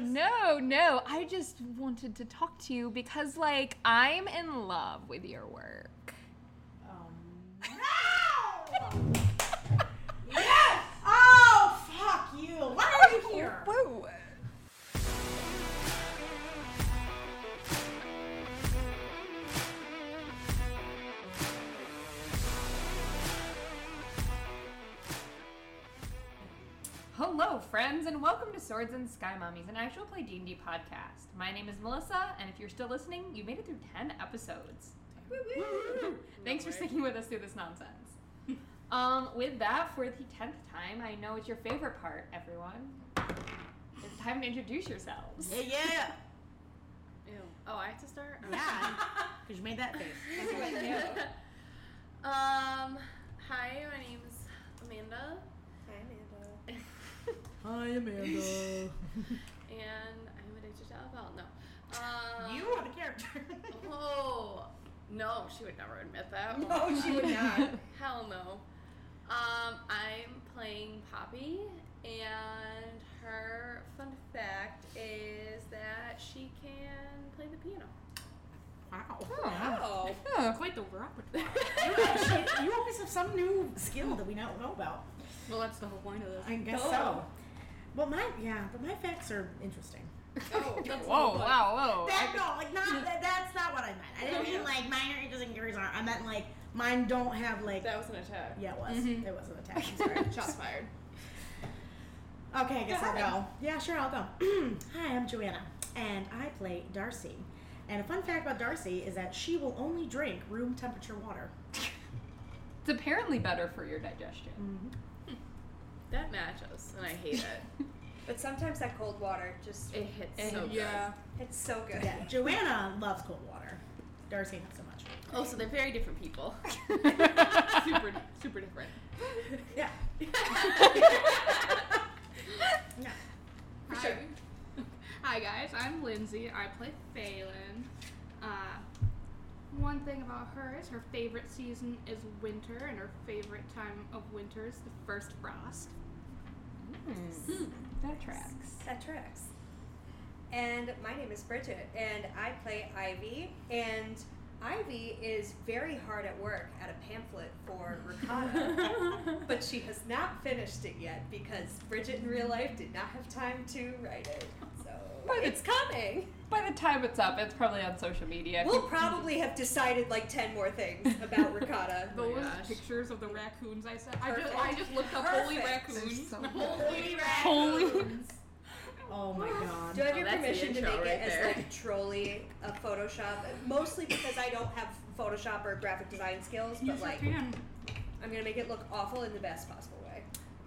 No, no. I just wanted to talk to you because, like, I'm in love with your work. Um, no! yes! Oh, fuck you. Why are you here? Whoa. Hello, friends, and welcome to Swords and Sky Mummies, an actual play D&D podcast. My name is Melissa, and if you're still listening, you made it through 10 episodes. Thanks for sticking with us through this nonsense. um, with that, for the 10th time, I know it's your favorite part, everyone. It's time to introduce yourselves. Yeah, yeah. Ew. Oh, I have to start? Oh. Yeah. Because you made that face. That's what I knew. um, hi, my name's Amanda, Hi, Amanda. Hi, Amanda. and I'm addicted to alcohol. No. Um, You are the character. Oh, no, she would never admit that. No, Oh, she would not. Hell no. Um, I'm playing Poppy, and her fun fact is that she can play the piano. Wow. Oh. Oh. Quite the repertoire. You- you always have some new skill that we don't know about. Oh. well, that's the whole point of this. I guess so. Well, my yeah, but my facts are interesting. Oh, that's the Whoa, whole point. wow, whoa. That, no, like not that, that's not what I meant. I didn't mean like mine are interesting, yours aren't. I meant like mine don't have like. That was an attack. yeah, it was. It was an attack. I'm sorry. Shots fired. Okay, I guess I'll go. Yeah, sure, I'll go. Hi, I'm Joanna, and I play Darcy. And a fun fact about Darcy is that she will only drink room temperature water. It's apparently better for your digestion. That matches, and I hate it. But sometimes that cold water just It hits It so hits. good. Yeah. it's so good. Yeah, Joanna loves cold water. Darcy not so much. Oh, so they're very different people. super, super different. Yeah. yeah. For sure. Hi guys, I'm Lindsay. I play Phelan. Uh, one thing about her is her favorite season is winter, and her favorite time of winter is the first frost. Hmm. That tracks. That tracks. And my name is Bridget, and I play Ivy. And Ivy is very hard at work at a pamphlet for ricotta, but she has not finished it yet because Bridget in real life did not have time to write it. So But it's coming. By the time it's up, it's probably on social media. We'll probably have decided like ten more things about ricotta. Oh my Those gosh. pictures of the raccoons I sent. I just, Perfect. I just looked up holy Perfect. raccoons. They're so holy Holy. Oh my Do I god. have Oh, your that's the permission to make intro it right as there. like a trolley, a Photoshop? Mostly because I don't have Photoshop or graphic design skills, but Yes, I like can. I'm gonna make it look awful in the best possible way.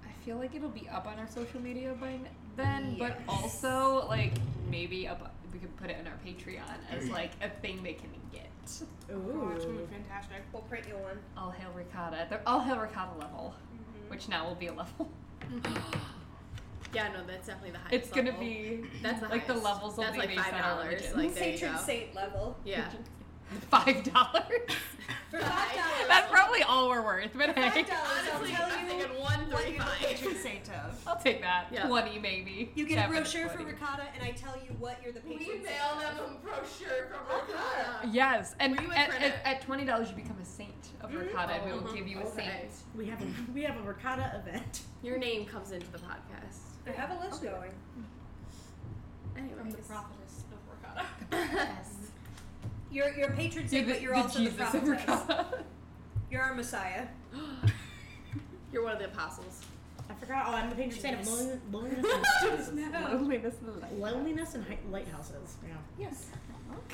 I feel like it'll be up on our social media by n- then, but also like maybe up, we could put it on our Patreon as like a thing they can get. Oh, that's Ooh. really fantastic. We'll print you one. All hail ricotta. They're all hail ricotta level, Mm-hmm. which now will be a level. Yeah, no, that's definitely the highest. It's gonna level. be That's the like the highest. levels will That's be like based on five our dollars. religion. Like there you Patron go. saint level. Yeah. five dollars. For five dollars. That's probably all we're worth, but hey, Five dollars, I'll Honestly, tell I'm you. thinking one what three you're the five. patron saint of. I'll take that. Yeah. Twenty maybe. You get a Yeah, brochure for 20. ricotta, and I tell you what you're the patron We saint. mail of. them a brochure from Ricotta. Yes, and Where you would at, print at, it. at twenty dollars, you become a saint of Mm-hmm. ricotta. and we will Oh, give you a okay. saint. We have a we have a ricotta event. Your name comes into the podcast. I have a list going. Anyway. From the prophetess of Ricotta. You're you're patron saint, but you're also the Jesus of prophetess. ricotta. You're our messiah. You're one of the apostles. I forgot. Oh, I'm the patron saint of lone- loneliness, and Loneliness in the light. loneliness and hi- lighthouses. Yeah. Yes.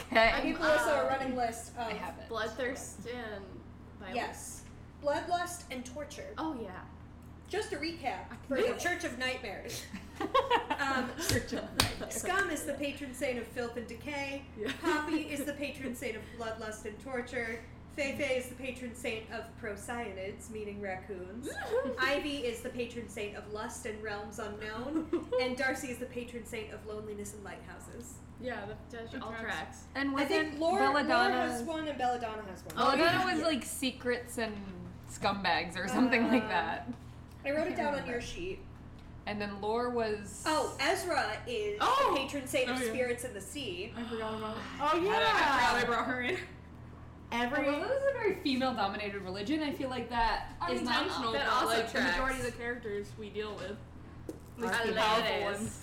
Okay. I I'm- gave Melissa a um, running list of I have it. Bloodthirst and violence. Yes. Bloodlust and torture. Oh yeah. Just a recap for the Church of Nightmares. Um, Church of Nightmares. Scum is the patron saint of filth and decay. Yeah. Poppy is the patron saint of bloodlust and torture. Feifei is the patron saint of procyanids, meaning raccoons. Mm. Ivy is the patron saint of lust and realms unknown. And Darcy is the patron saint of loneliness and lighthouses. Yeah, the judge all tracks. tracks. and I wasn't think Laura, Laura has Belladonna? one and Belladonna has one. Oh, Belladonna yeah. was like secrets and scumbags or something like Uh, that. I wrote it can't down on remember. your sheet. And then Lore was. Oh, Ezra is Oh! the patron saint of Oh, yeah. spirits in the sea. I forgot about Oh I yeah. Oh, probably brought her in. Every Well, this is a very female-dominated religion. I feel like that is not- intentional. that but, also like, the tracks. majority of the characters we deal with, Are like, the female. powerful Hilarious. ones,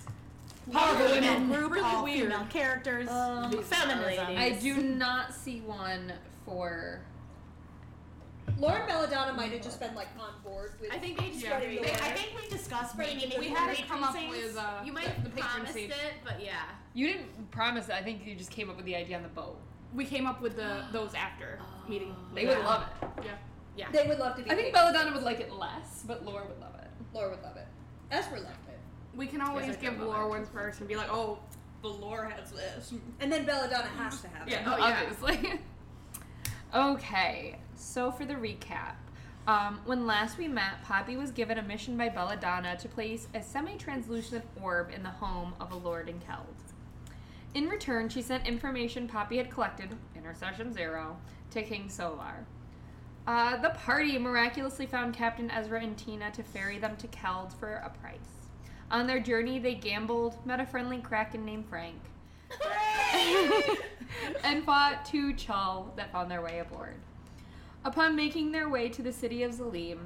powerful Really women, weird. all Really weird. female characters, Um, feminism. I do not see one for. Lauren Belladonna might have just been like on board with. I think they just Yeah. spreading the They- word. I think we discussed maybe We making had to patron come up saints. with uh, you might have the patron promised saint. it, but yeah. You didn't promise it. I think you just came up with the idea on the boat. We came up with the those after meeting. They would love it. they would love to be. I think patrons. Belladonna would like it less, but Lore would love it. Laura would love it. Ezra loved it. We can always Yes, I give do love lore it. one first and be like, oh, the lore has this. And then Belladonna has to have Yeah. it. Oh, obviously. okay, so for the recap. Um, when last we met, Poppy was given a mission by Belladonna to place a semi translucent orb in the home of a Lord in Keld. In return, she sent information Poppy had collected, Intercession Zero, to King Solar. Uh, the party miraculously found Captain Ezra and Tina to ferry them to Keld for a price. On their journey, they gambled, met a friendly Kraken named Frank, and fought two Chul that found their way aboard. Upon making their way to the city of Zalim,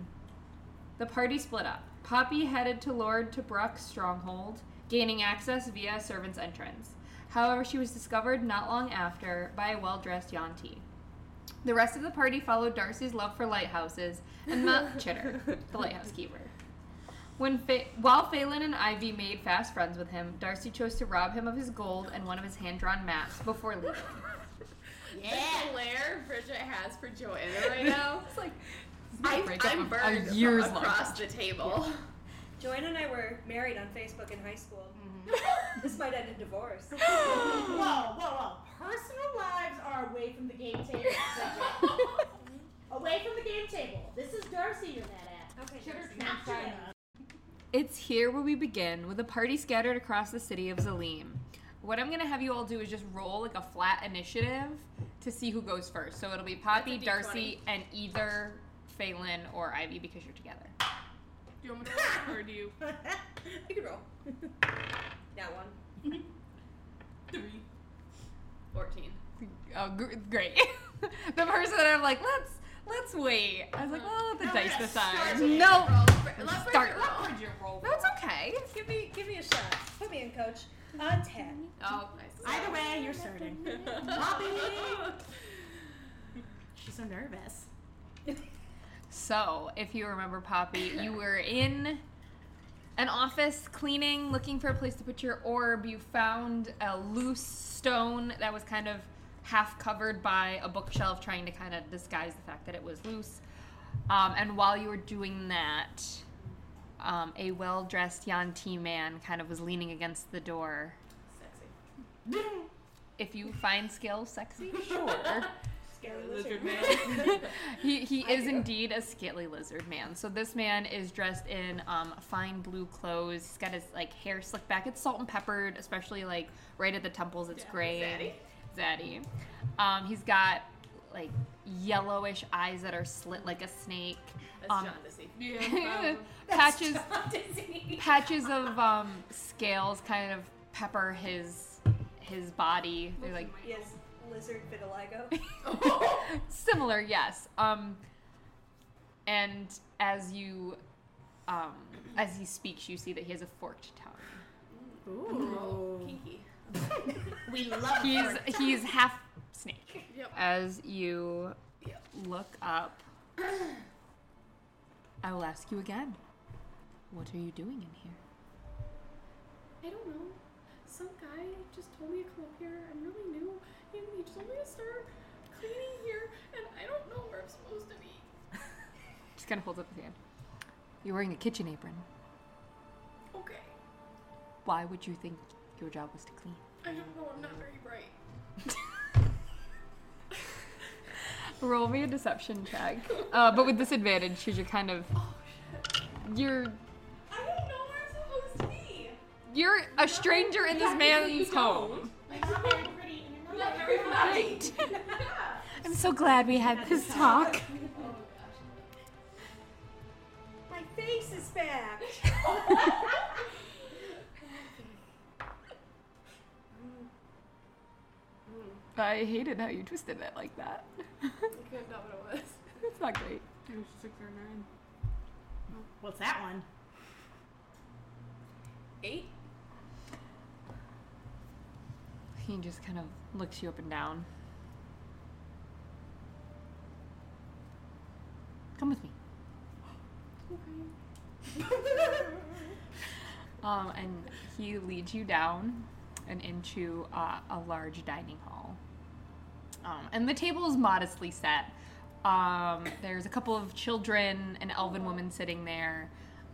the party split up. Poppy headed to Lord Tobruk's stronghold, gaining access via a servant's entrance. However, she was discovered not long after by a well dressed Yanti. The rest of the party followed Darcy's love for lighthouses and met Chitter, the lighthouse keeper. When Fa- while Phelan and Ivy made fast friends with him, Darcy chose to rob him of his gold and one of his hand-drawn maps before leaving. The glare Bridget has for Joanna right now. it's like I, breakup I'm of a burned year's from across the table. Joanna and I were married on Facebook in high school. this might end in divorce. whoa, whoa, whoa! Personal lives are away from the game table. away from the game table. This is Darcy you're mad Okay. at. Not Joanna. It's here where we begin with a party scattered across the city of Zalim. What I'm gonna have you all do is just roll like a flat initiative to see who goes first. So it'll be Poppy, That's a Darcy, and either Phelan or Ivy because you're together. Do you want me to roll or do you? You could roll. That one. Three. 14. Oh, gr- great. the person that I'm like, let's let's wait. I was like, well, let the dice decide. No, Let Start. Bridget roll. Where'd you roll? that's okay. Give me, give me a shot. Put me in, coach. A ten. Oh, Either way, you're starting. nice. She's so nervous. So, if you remember, Poppy, you were in an office cleaning, looking for a place to put your orb. You found a loose stone that was kind of half covered by a bookshelf, trying to kind of disguise the fact that it was loose. Um, and while you were doing that, um, a well dressed Yanti man kind of was leaning against the door. If you find skill sexy, sure. Scary Lizard lizard. man. he he is indeed a scaly lizard man. So this man is dressed in um, fine blue clothes. He's got his like hair slicked back. It's salt and peppered, especially like right at the temples. It's gray, zaddy. Um, he's got like yellowish eyes that are slit like a snake. That's Um, John Dissy. Yeah. um, patches Disney. patches of um, scales kind of pepper his his body. They're like Yes, lizard vitiligo. similar yes um and as you um as he speaks you see that he has a forked tongue Ooh. Kinky. We love her. he's he's half snake Yep. as you Yep. look up i will ask you again what are you doing in here I don't know. Some guy just told me to come up here. I'm really new, and he told me to start cleaning here, and I don't know where I'm supposed to be. just kind of holds up his hand you're wearing a kitchen apron Okay. why would you think your job was to clean I don't know. I'm not very bright. roll me a deception check uh, but with disadvantage because you're kind of Oh shit. you're I don't know where I'm supposed to be. You're a stranger in this man's home. Not very bright. I'm so glad we had this talk. My face is back. Hmm. I hated how you twisted it like that. You couldn't tell what it was. it's not great. It was six or nine. What's that one? Eight. He just kind of looks you up and down. Come with me. um, and he leads you down and into uh, a large dining hall. Um, and the table is modestly set. Um, there's a couple of children, an elven woman sitting there.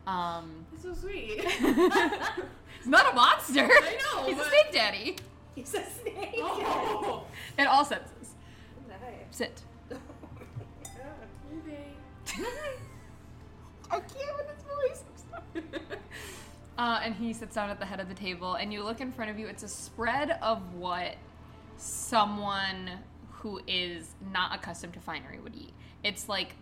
Um, That's so sweet. he's not a monster. I know, he's a but- snake daddy. He's a snake. oh. In all senses. Nice. Sit. Okay. I can't with his voice. I'm sorry. uh, and he sits down at the head of the table, and you look in front of you. It's a spread of what someone who is not accustomed to finery would eat. It's like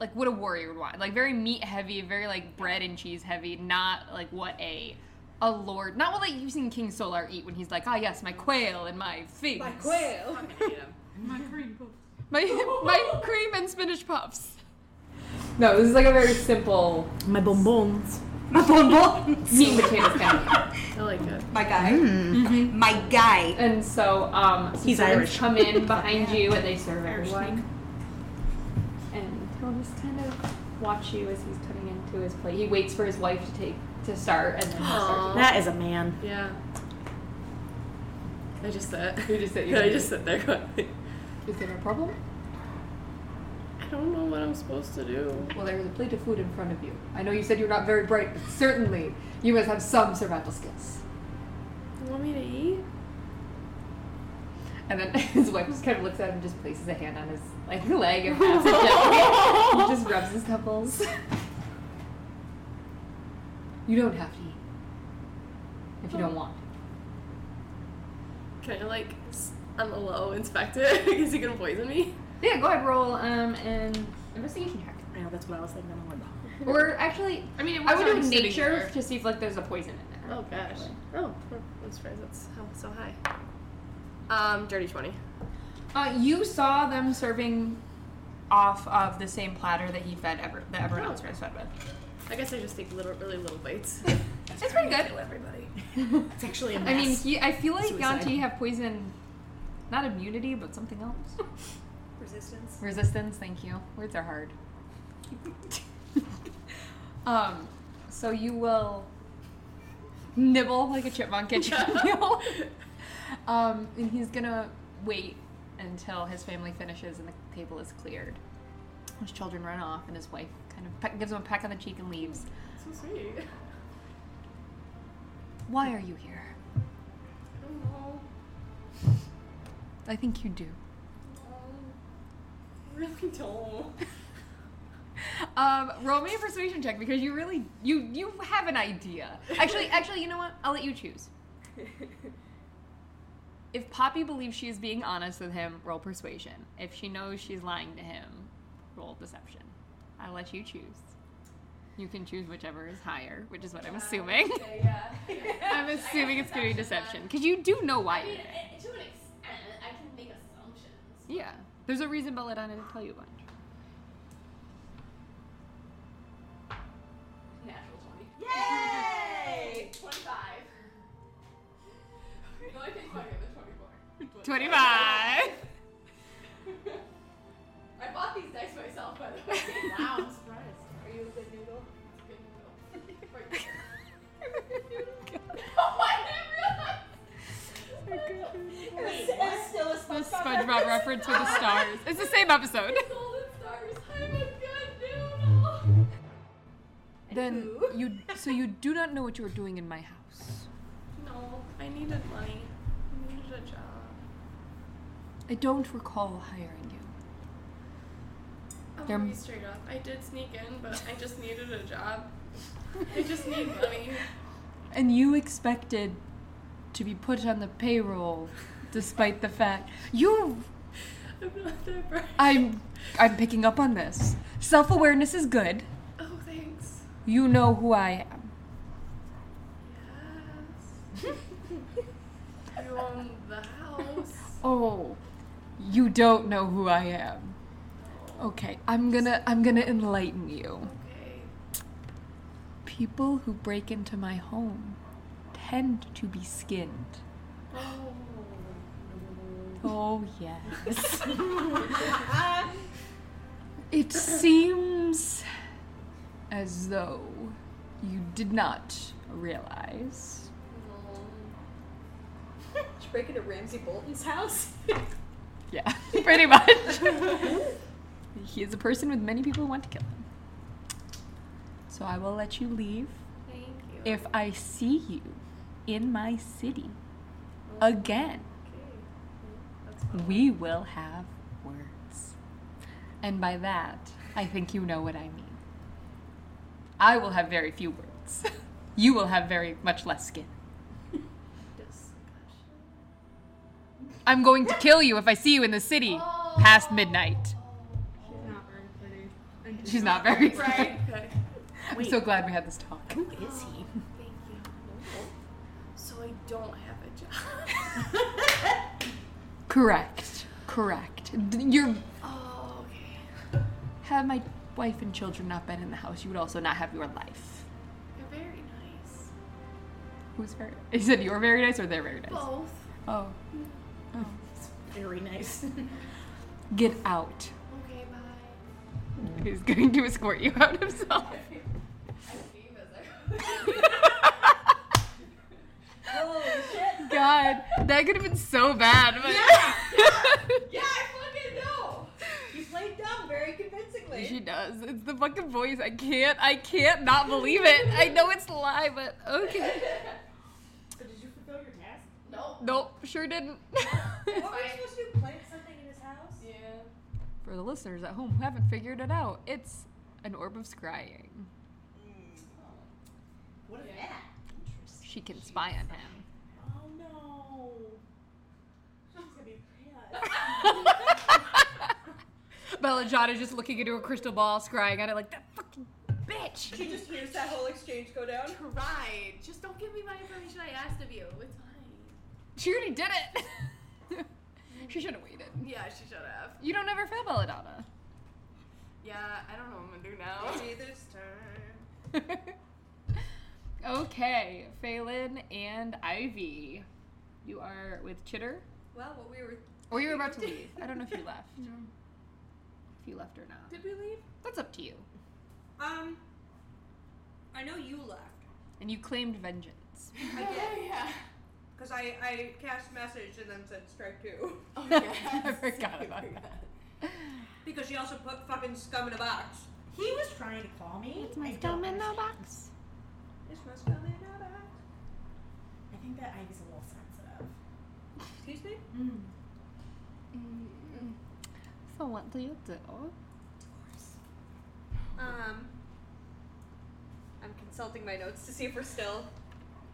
like what a warrior would want. Like very meat heavy, very like bread and cheese heavy, not like what a a lord, not what like you've seen King Solar eat when he's like, ah yes, my quail and my figs, My quail. I'm gonna eat him. My cream puff. my my cream and spinach puffs. No, this is like a very simple My bonbons. My bonbon. meat and potatoes kind of. I like it. My guy. Mm-hmm. My guy. And so, um, some He's servants Irish. Come in behind you, and they serve Irish everyone. And he'll just kind of watch you as he's putting into his plate. He waits for his wife to take to start, and then he starts. That is a man. Yeah. I just sit. You just sit. You I just sit there going, Is there a problem? I don't know what I'm supposed to do. Well, there is a plate of food in front of you. I know you said you're not very bright, but certainly you must have some survival skills. You want me to eat? And then his wife just kind of looks at him and just places a hand on his like leg and pats it gently. he just rubs his temples. You don't have to eat. If you don't want. Can I like s- on the low inspect it? Is he gonna poison me? Yeah, go ahead, roll um an investigation check. I know that's what I was thinking. I'm like, "Oh, Or actually I mean, it was I would do already sitting nature there. to see if like there's a poison in there. Oh gosh. Oh, I'm surprised that's how, so high. Um, dirty twenty. Uh, you saw them serving off of the same platter that he fed ever that everyone else was fed with. I guess I just take little, really little bites. It's pretty good. everybody. It's actually a mess. I mean, he, I feel like Suicide. Yanti have poison, not immunity, but something else. Resistance. Resistance, thank you. Words are hard. um, so you will nibble like a chipmunk at your meal. um, and he's gonna wait until his family finishes and the table is cleared. His children run off, and his wife kind of peck, gives him a peck on the cheek and leaves. So sweet. Why are you here? I don't know. I think you do. Um, Really don't. Um, roll me a persuasion check because you really you you have an idea. Actually, actually, you know what? I'll let you choose. If Poppy believes she is being honest with him, roll persuasion. If she knows she's lying to him, roll deception. I'll let you choose. You can choose whichever is higher, which is what Ah, I'm assuming. Yeah. I'm assuming it's gonna be deception because you do know why you're there. eh, to an extent, I can make assumptions. Yeah, there's a reason Belladonna didn't tell you a bunch. Natural 20. Yay! 25. The only thing's funnier than 24. Twenty-five. I bought these dice myself, by the way. wow, I'm surprised. Are you a good noodle? Good noodle. Right there. oh, I didn't realize! Wait, it's still a The SpongeBob reference with the stars. It's the same episode. Golden stars, I'm a good noodle! Then you so you do not know what you are doing in my house. No, I needed money. I needed a job. I don't recall hiring you. I'm They're- gonna be Oh, straight up. I did sneak in, but I just needed a job. I just need money. And you expected to be put on the payroll despite the fact you I'm not that bright. I'm I'm picking up on this. Self-awareness is good. Oh, thanks. You know who I am. Yes. you from the house. Oh, you don't know who I am. Oh. Okay, I'm gonna I'm gonna enlighten you. Okay. People who break into my home tend to be skinned. Oh yes. it seems as though you did not realize Did you break into Ramsey Bolton's house? Yeah, pretty much. he is a person with many people who want to kill him. So I will let you leave Thank you. if I see you in my city Oh. again. We will have words. And by that, I think you know what I mean. I will have very few words. You will have very much less skin. I'm going to kill you if I see you in the city past midnight. She's not very pretty. And She's not very. Right. Okay. I'm so glad we had this talk. Who is he? Thank you. So I don't have a job. Correct. Correct. D- Your Oh, okay. had my wife and children not been in the house, you would also not have your life. You're very nice. Who's very? He said you're very nice or they're very nice. Both. Oh, Very nice. get out. Okay, bye. He's going to escort you out himself. Holy shit! God, that could have been so bad. But Yeah, I fucking know. You played dumb very convincingly. she does. It's the fucking voice. I can't. I can't not believe it. I know it's a lie, but okay. So did you fulfill your task? Nope, sure didn't. What were you supposed to do? Plant something in his house? For the listeners at home who haven't figured it out, it's an orb of scrying. Hmm. What is that? She can spy on him. Oh no. She's gonna be pissed. Bella Jada just looking into a crystal ball, scrying at it like that fucking bitch. She just hears that whole exchange go down. Right. Just don't give me my information I asked of you. It's fine. She already did it. she should have waited. Yeah, she should have. You don't ever fail, Bella Jada. Yeah, I don't know what I'm gonna do now. See this time. okay, Phelan and Ivy. You are with Chitter? Well, what we were. Or you were about to leave. I don't know if you left. If you left or not. Did we leave? That's up to you. Um. I know you left. And you claimed vengeance. I did. yeah. Because I, I cast message and then said strike two. Oh, I yes. forgot about that. Because she also put fucking scum in a box. He was trying to call me. It's my I don't dumb in the understand. box. It's my scum in a box. I think that Ivy's a little sensitive. Excuse me? So what do you do? Um. I'm consulting my notes to see if we're still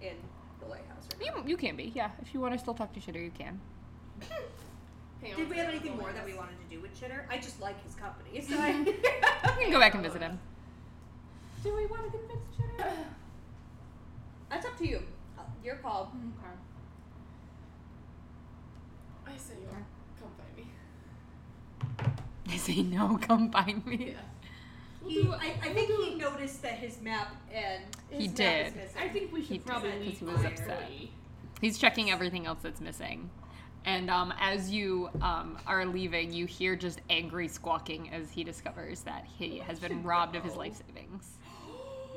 in the lighthouse right You, you can be, yeah. If you want to still talk to Shitter, you can. Hang on. Did we have anything more that we wanted to do with Chitter? I just like his company, so I. You can go back and visit him. do we want to convince Chitter? That's up to you. Uh, Your call. I say you are. Come find me. They say, no, come find me. He, I, I think he noticed that his map and his He map did. Is missing. I think we He should did, probably 'cause leave he was early. upset. He's checking everything else that's missing. And um, as you um, are leaving, you hear just angry squawking as he discovers that he Oh, has been robbed of his life savings.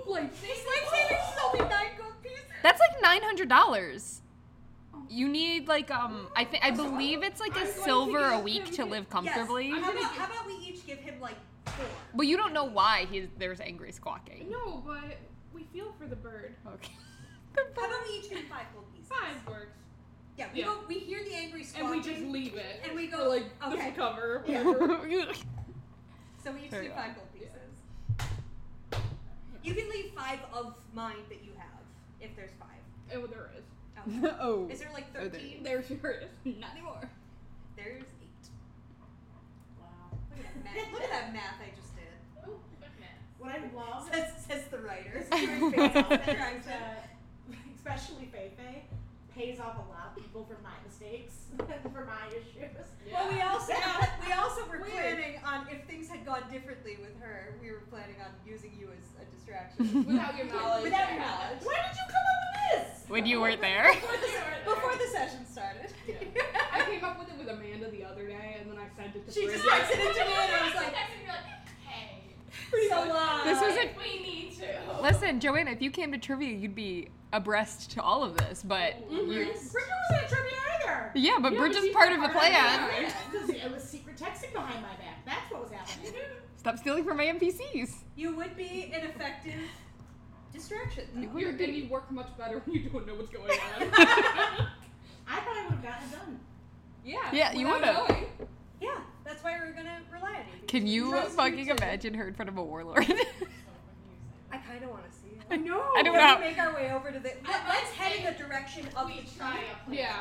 Like this lightsaber's is only nine gold pieces. That's like nine hundred dollars. You need like um, I think I believe it's like a silver a week to live comfortably. Yes. How, about, how about we each give him like four? But you don't know why he's there's angry squawking. No, but we feel for the bird. Okay. How about we each give him five gold pieces? Five works. Yeah. We Yeah. go. We hear the angry And squawking. we just leave it. And we go, We're like, okay. this will cover. Yeah. whatever. So we each There leave you are. five gold pieces. You can leave five of mine that you have, if there's five. Oh, there is. Oh. oh. Is there like Oh, there thirteen? There sure is. Not anymore. There's eight. Wow. Look at that math. Look at that math I just did. What I love Says says the writer. is hearing Faye's outfit, is that- especially Fei Fei, pays off a lot of people for my mistakes, for my issues. Well, we also Yeah. we also were Weird. planning on if things had gone differently with her, we were planning on using you as a distraction Without your knowledge. without your knowledge. Where did you come up with this? When you weren't there. Before the, before the session started. I came up with it with Amanda the other day, and then I sent it to she Bridget. just texted it to me and I was like, so uh, This was a we need to. Listen, Joanna, if you came to trivia, you'd be abreast to all of this, but you Bridget wasn't at trivia either. Mm-hmm. yeah, but Yeah, we're but just she's part of the part of the plan. plan. It was secret texting behind my back. That's what was happening. Stop stealing from my NPCs. you would be an effective distraction. though. You're gonna be work much better when you don't know what's going on. I probably would have gotten it done. yeah. Yeah, you without would've. knowing. Yeah, that's why we're gonna rely on you. Can you Trust you fucking to- imagine her in front of a warlord? I kind of want to see it. I know. I don't When know. we make our way over to the. Let, let's head in the direction of the try tree. Yeah.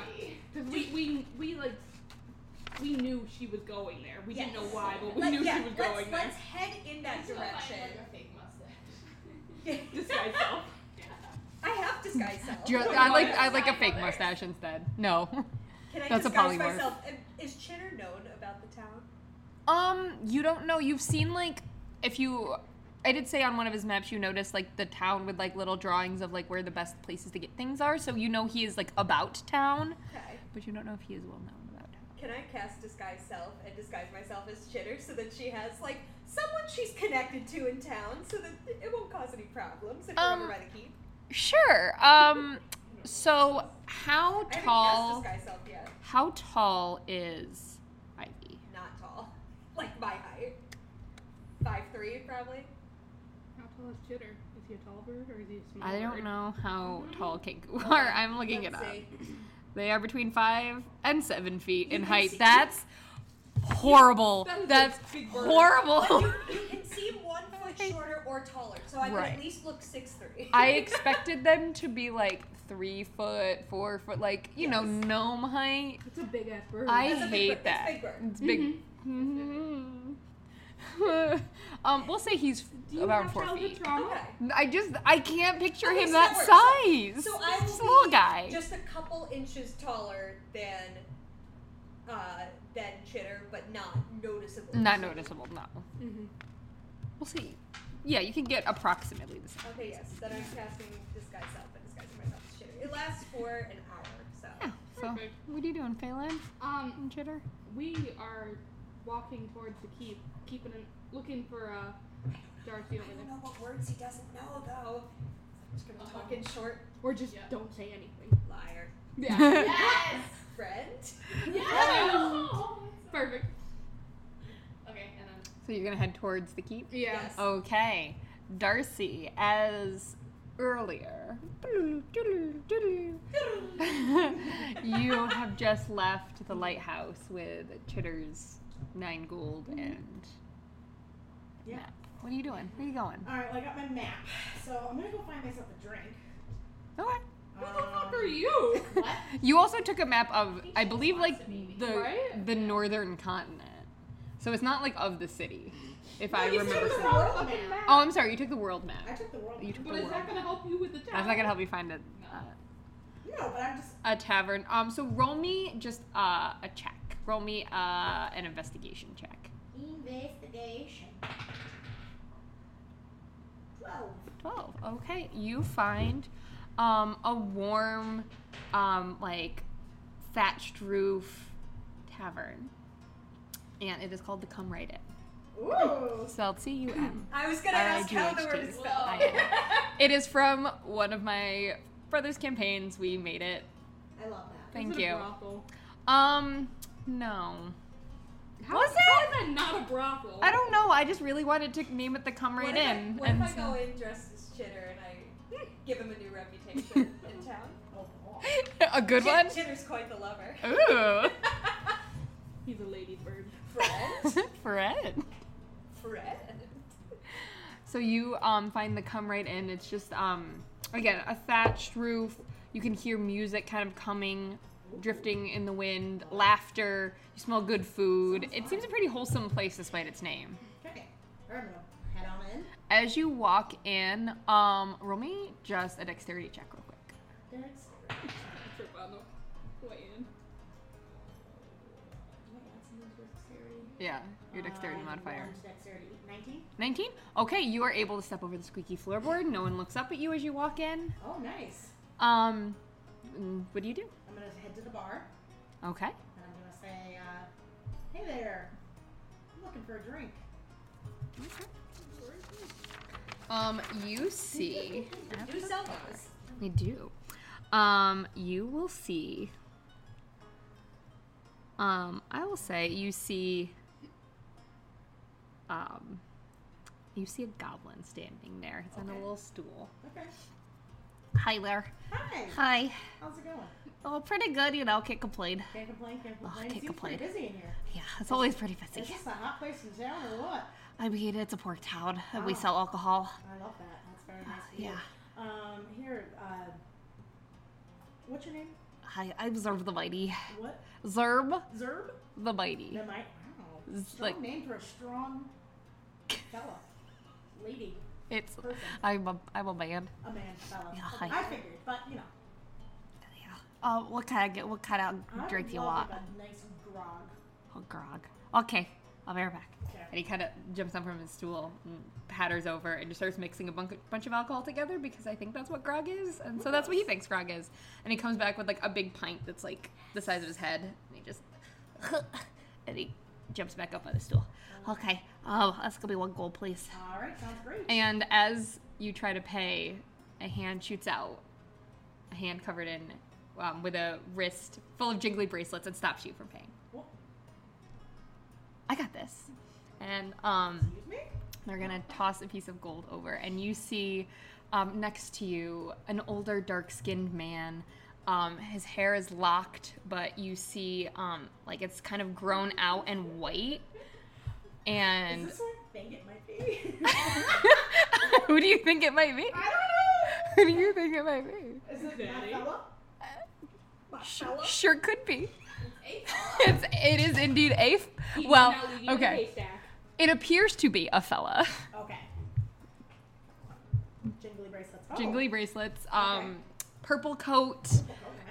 Because we, we, we, like, we knew she was going there. We didn't know Yes. why, but we Let- knew yeah, she was let's, going Let's head in that She'll find, direction. like, a fake mustache. there. Disguise self. I have disguise self. Do you- I like I like a fake mustache instead. No. Can I that's a disguise polymorph. myself? And is Chitter known about the town? Um, you don't know. You've seen like if you I did say on one of his maps you noticed like the town with like little drawings of like where the best places to get things are, so you know he is like about town, Okay. but you don't know if he is well known about town. Can I cast disguise self and disguise myself as Chitter so that she has like someone she's connected to in town so that it won't cause any problems if Um, we're over by the keep? Sure. Um so how I haven't tall cast disguise self yet. how tall is Ivy? Not tall, like my height. Five three probably. How tall is Chitter? Is he a tall bird or is he a small I bird? don't know how tall kangaroo are. I'm looking Mm-hmm. Let's it up. see. They are between five and seven feet in can height. see- That's horrible. That is a That's big bird. But horrible. you, you can seem one foot shorter or taller, so I Right. can at least look six three. I expected them to be like three foot, four foot, like you know, Yes. gnome height. It's a big ass bird. I That's a big hate bird. That's that. a big bird. It's big. Mm-hmm. um, we'll say he's Do you about have four childhood feet. trauma? Okay. I just I can't picture Okay, him so that that size. So I He's will just a little be guy. just a couple inches taller than uh, than Chitter, but not noticeable. Not noticeable. No. Mm-hmm. Mhm. We'll see. Yeah, you can get approximately the same. Okay, yes. Then I'm casting disguise self and disguising myself as Chitter. It lasts for an hour, so Yeah. So, Perfect. what are you doing, Phelan Um, and Chitter? we are walking towards the keep, keeping an, looking for uh, Darcy I over don't there. know what words he doesn't know though. I'm just gonna talk in short. Or just Yeah. don't say anything. Liar. Yeah. Friend. Perfect. Okay, and then So you're gonna head towards the keep. Yeah. Yes. Okay, Darcy, as earlier, you have just left the lighthouse with Chitter's nine gold and Yeah. Uh, map. What are you doing? Where are you going? All right, well, I got my map, so I'm gonna go find myself a drink. Um, Okay. Who What the fuck are you? what? You also took a map of, I believe, like Maybe. the Right? the northern continent. So it's not like of the city, if I you remember. took the correctly. world Fucking map. Oh, I'm sorry. You took the world I map. took the world You map. took the But is world. that gonna help you with the town? That's not gonna help you find a. Uh, No, but I'm just. a tavern. Um, so roll me just uh, a check. Roll me uh, an investigation check. Investigation. Twelve. Twelve. Okay, you find um, a warm, um, like thatched roof tavern, and it is called the Come Right In. Ooh. Spelled C U M. I was gonna ask how the word RIGHT. is spelled. I am. It is from one of my brother's campaigns. We made it. I love that. Thank Is it you. A brothel? Um, no. How Was is- it? How is that not a brothel? I don't know. I just really wanted to name it the Come Right What if I- In. what if and I so- go in Hmm. dressed as Chitter and I give him a new reputation in town? Oh, wow. a good Chit- one. Chitter's quite the lover. Ooh, He's a lady bird. Friend. Fred. Friend. So you um, find the come right in. It's just um, again a thatched roof. You can hear music kind of coming, drifting in the wind, laughter. You smell good food. It seems a pretty wholesome place despite its name. Okay. All right, I'm gonna head on in. As you walk in, um, roll me just a dexterity check real quick. There's- Trip on Yeah, your dexterity Um, modifier. one's Dexterity. 19? 19? Okay, you are able to step over the squeaky floorboard. No one looks up at you as you walk in. Oh, nice. Um, mm, what do you do? I'm going to head to the bar Okay. and I'm going to say, uh, hey there. I'm looking for a drink. Um, you see. Do sell those. You do. Um, you will see. Um, I will say you see. Um, you see a goblin standing there. It's on a Okay. little stool. Okay. Hi there. Hi. Hi. How's it going? Oh, pretty good, you know. Can't complain. Can't complain, can't Oh, complain. can't Seems pretty complain. busy in here. Yeah, it's always pretty Is busy. this the hot place in town or what? I mean, it's a poor town, and we Wow. sell alcohol. I love that. That's very nice. of you. Yeah. Um, here, uh, what's your name? Hi, I'm Zerb the Mighty. What? Zerb Zerb? the Mighty. That might. Wow. It's Strong like- name for a strong fella. Lady. It's Person. I'm a I'm a man. A man fella. Yeah, Okay, hi. I figured, but you know. Yeah. Uh, what kind of get what kind I of would drink do you love, want? like, a nice grog. Oh, grog. Okay, I'll be right back. Okay. And he kind of jumps up from his stool and patters over and just starts mixing a bunk- bunch of alcohol together because I think that's what grog is. And so that's what he thinks grog is. And he comes back with like a big pint that's like the size of his head. And he just. and he jumps back up on his stool. Oh. Okay, um, that's gonna be one goal, please. All right, sounds great. And as you try to pay, a hand shoots out, a hand covered in, um, with a wrist full of jingly bracelets, and stops you from paying. Wha- I got this. And um, Excuse me? they're gonna toss a piece of gold over, and you see um, next to you an older, dark-skinned man. Um, his hair is locked, but you see um, like it's kind of grown out and Is white. And this where I think it might be? who do you think it might be? I don't Who do you think it might be? know. Is it my fella? My fella? Uh, Sure could be. It's it is indeed a f- well okay. It appears to be a fella. Okay. Jingly bracelets. Oh, Jingly bracelets, um, purple coat.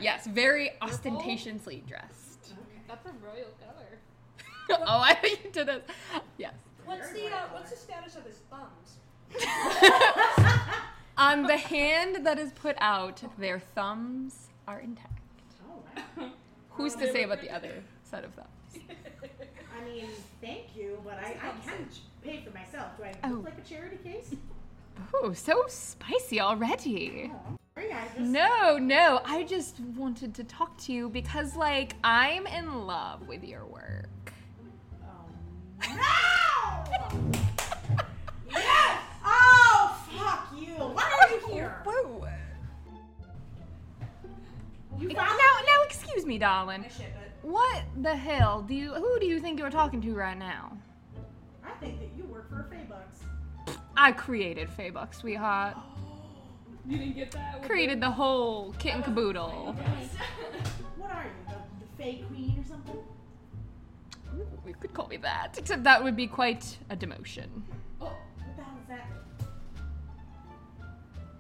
Yes, very ostentatiously dressed. That's a royal color. oh, I think you did it. Yes. What's the uh, what's the status of his thumbs? On the hand that is put out, their thumbs are intact. Oh, wow. Who's to say about the other set of thumbs? I mean, thank you, but I, I can pay for myself. Do I look Oh. like a charity case? Oh, so spicy already. Sorry, I just- No, no. I just wanted to talk to you because, like, I'm in love with your work. Oh, no! yes! Oh, fuck you! Why are you here? Whoa. You Now, found now, excuse me, darling. I ship it. What the hell do you? Who do you think you're talking to right now? I think that you work for a Faybucks. I created Faybuck, sweetheart. You didn't get that? with Oh, Created the whole kit and caboodle. What are you, the, the Fay Queen or something? Ooh, You could call me that, except that would be quite a demotion. What the hell is that?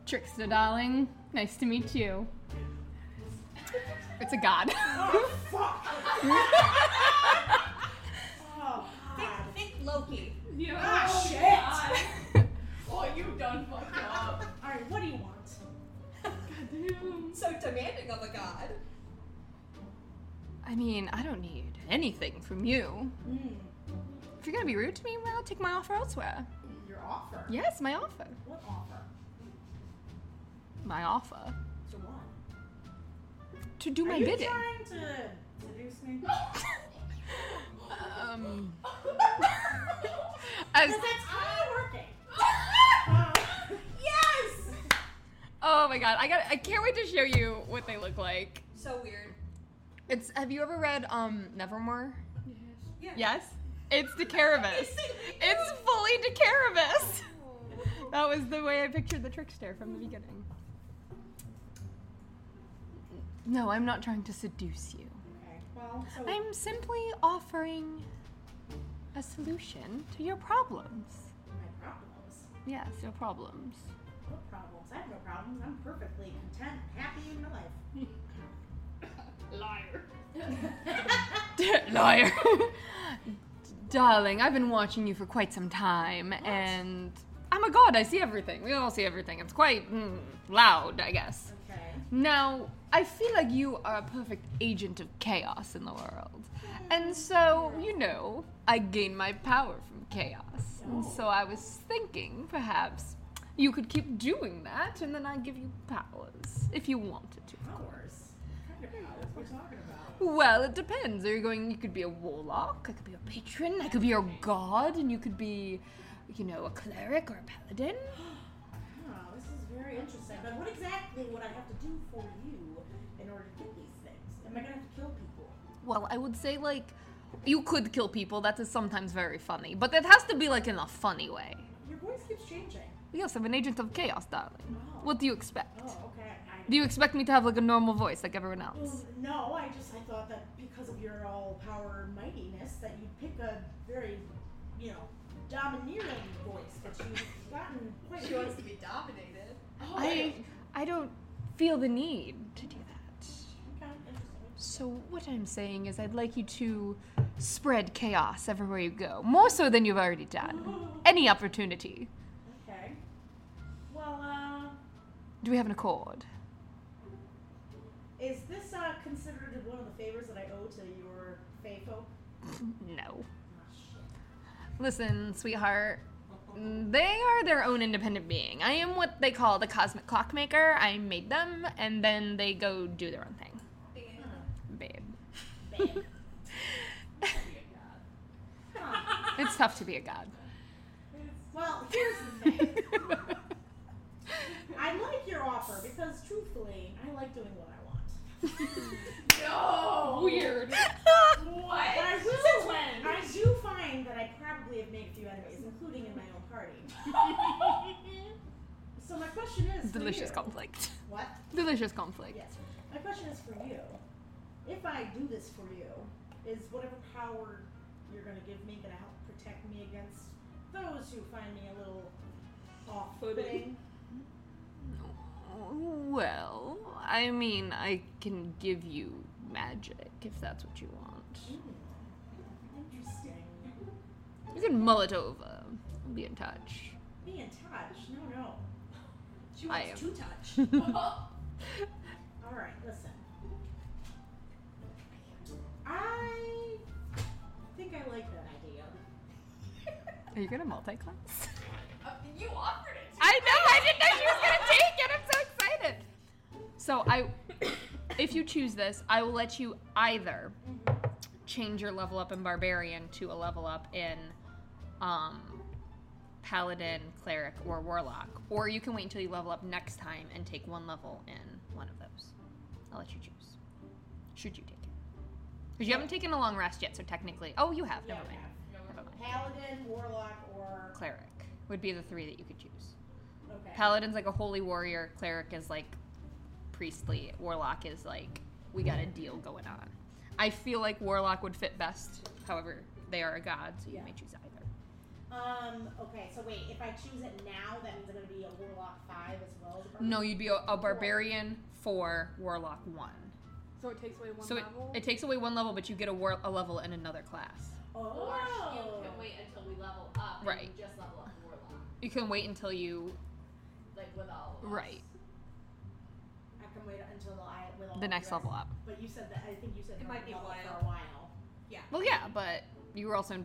Trickster, darling. Nice to meet you. It's a god. Oh, fuck! Oh, Think, God. think Loki. Yeah. Ah, shit! Oh, you done fucked up. Alright, what do you want? So demanding of a god. I mean, I don't need anything from you. Mm, If you're gonna be rude to me, well, take my offer elsewhere. your offer. Yes, my offer. What offer? My offer. To what? To do Are my you bidding. trying to seduce me? um. as- Because that's all working. Yes. oh my god, I got I can't wait to show you what they look like. So weird. It's have you ever read um Nevermore? Yeah. Yes. It's DeCaravis. it's fully DeCaravis. That was the way I pictured the trickster from the beginning. No, I'm not trying to seduce you. Okay, well, so I'm simply offering a solution to your problems. my problems. Yes, your problems. What problems? I have no problems. I'm perfectly content, and happy in my life. Liar. Darling, I've been watching you for quite some time, and I'm a god. I see everything. We all see everything. It's quite mm, loud, I guess. Okay. Now, I feel like you are a perfect agent of chaos in the world. And so, you know, I gain my power from chaos. And so I was thinking perhaps you could keep doing that and then I give you powers if you wanted to. Powers. What kind of powers we're talking about? Well, it depends. Are you going you could be a warlock, I could be a patron, I could be your god, and you could be you know, a cleric or a paladin. Oh, this is very interesting. But what exactly would I have to do for you in order to get these things? Am I gonna have to kill people? Well, I would say like you could kill people. That is sometimes very funny, but it has to be like in a funny way. Your voice keeps changing. Yes, I'm an agent of chaos, darling. What do you expect? Oh, okay. I, Do you expect me to have like a normal voice like everyone well, else? no, I just I thought that because of your all power mightiness that you'd pick a very, you know, domineering voice, but you've gotten quite She wants to be dominated. Oh, I I don't feel the need to do that. okay, interesting. So what I'm saying is I'd like you to spread chaos everywhere you go, more so than you've already done. Any opportunity. Okay. Well, uh, Do we have an accord? is this uh, considered one of the favors that I owe to your fae folk? No. Ah, shit. Listen, sweetheart. They are their own independent being. I am what they call the cosmic clockmaker. I made them, and then they go do their own thing. Babe. Babe. It's tough to be a god. well, here's the thing. I like your offer because, truthfully, I like doing what I want. Weird. What? But I will. I do find that I probably have made a few enemies, including in my own party. so my question is, for Delicious you- conflict. What? Delicious conflict. Yes. My question is for you. If I do this for you, is whatever power you're going to give me going to help protect me against those who find me a little off footing? Well, I mean, I can give you magic if that's what you want. Hmm, Interesting. You can mull it over. Be in touch. Be in touch. No, no. She I wants to am. touch. Uh-huh. All right, listen. I think I like that idea. Are you gonna multi-class? Uh, you offered it. I know. I didn't know she was gonna take it. I'm so excited. So I, if you choose this, I will let you either change your level up in barbarian to a level up in, um, paladin, cleric, or warlock, or you can wait until you level up next time and take one level in one of those. I'll let you choose. Should you take it? Because you haven't taken a long rest yet, so technically, oh, you have. Yeah, Never mind. yeah. Never mind. Paladin, warlock, or Cleric would be the three that you could choose. okay. Paladin's like a holy warrior, cleric is like priestly, warlock is like we got a deal going on. I feel like warlock would fit best. However, they are a god, so you may choose either. Um. Okay. So wait, if I choose it now, that means I'm gonna be a warlock five as well as a barbarian? No, you'd be a, a barbarian four, warlock one. So it takes away one so it, level. it takes away one level, but you get a, war- a level in another class. Oh. Or you can wait until we level up. and Right. you Just level up warlock, You can wait until you like with all. Of us. right I can wait until I will. all Oh, the rest. next level up. But you said that I think you said It they're might be a level while. for a while. Well, yeah, but you were also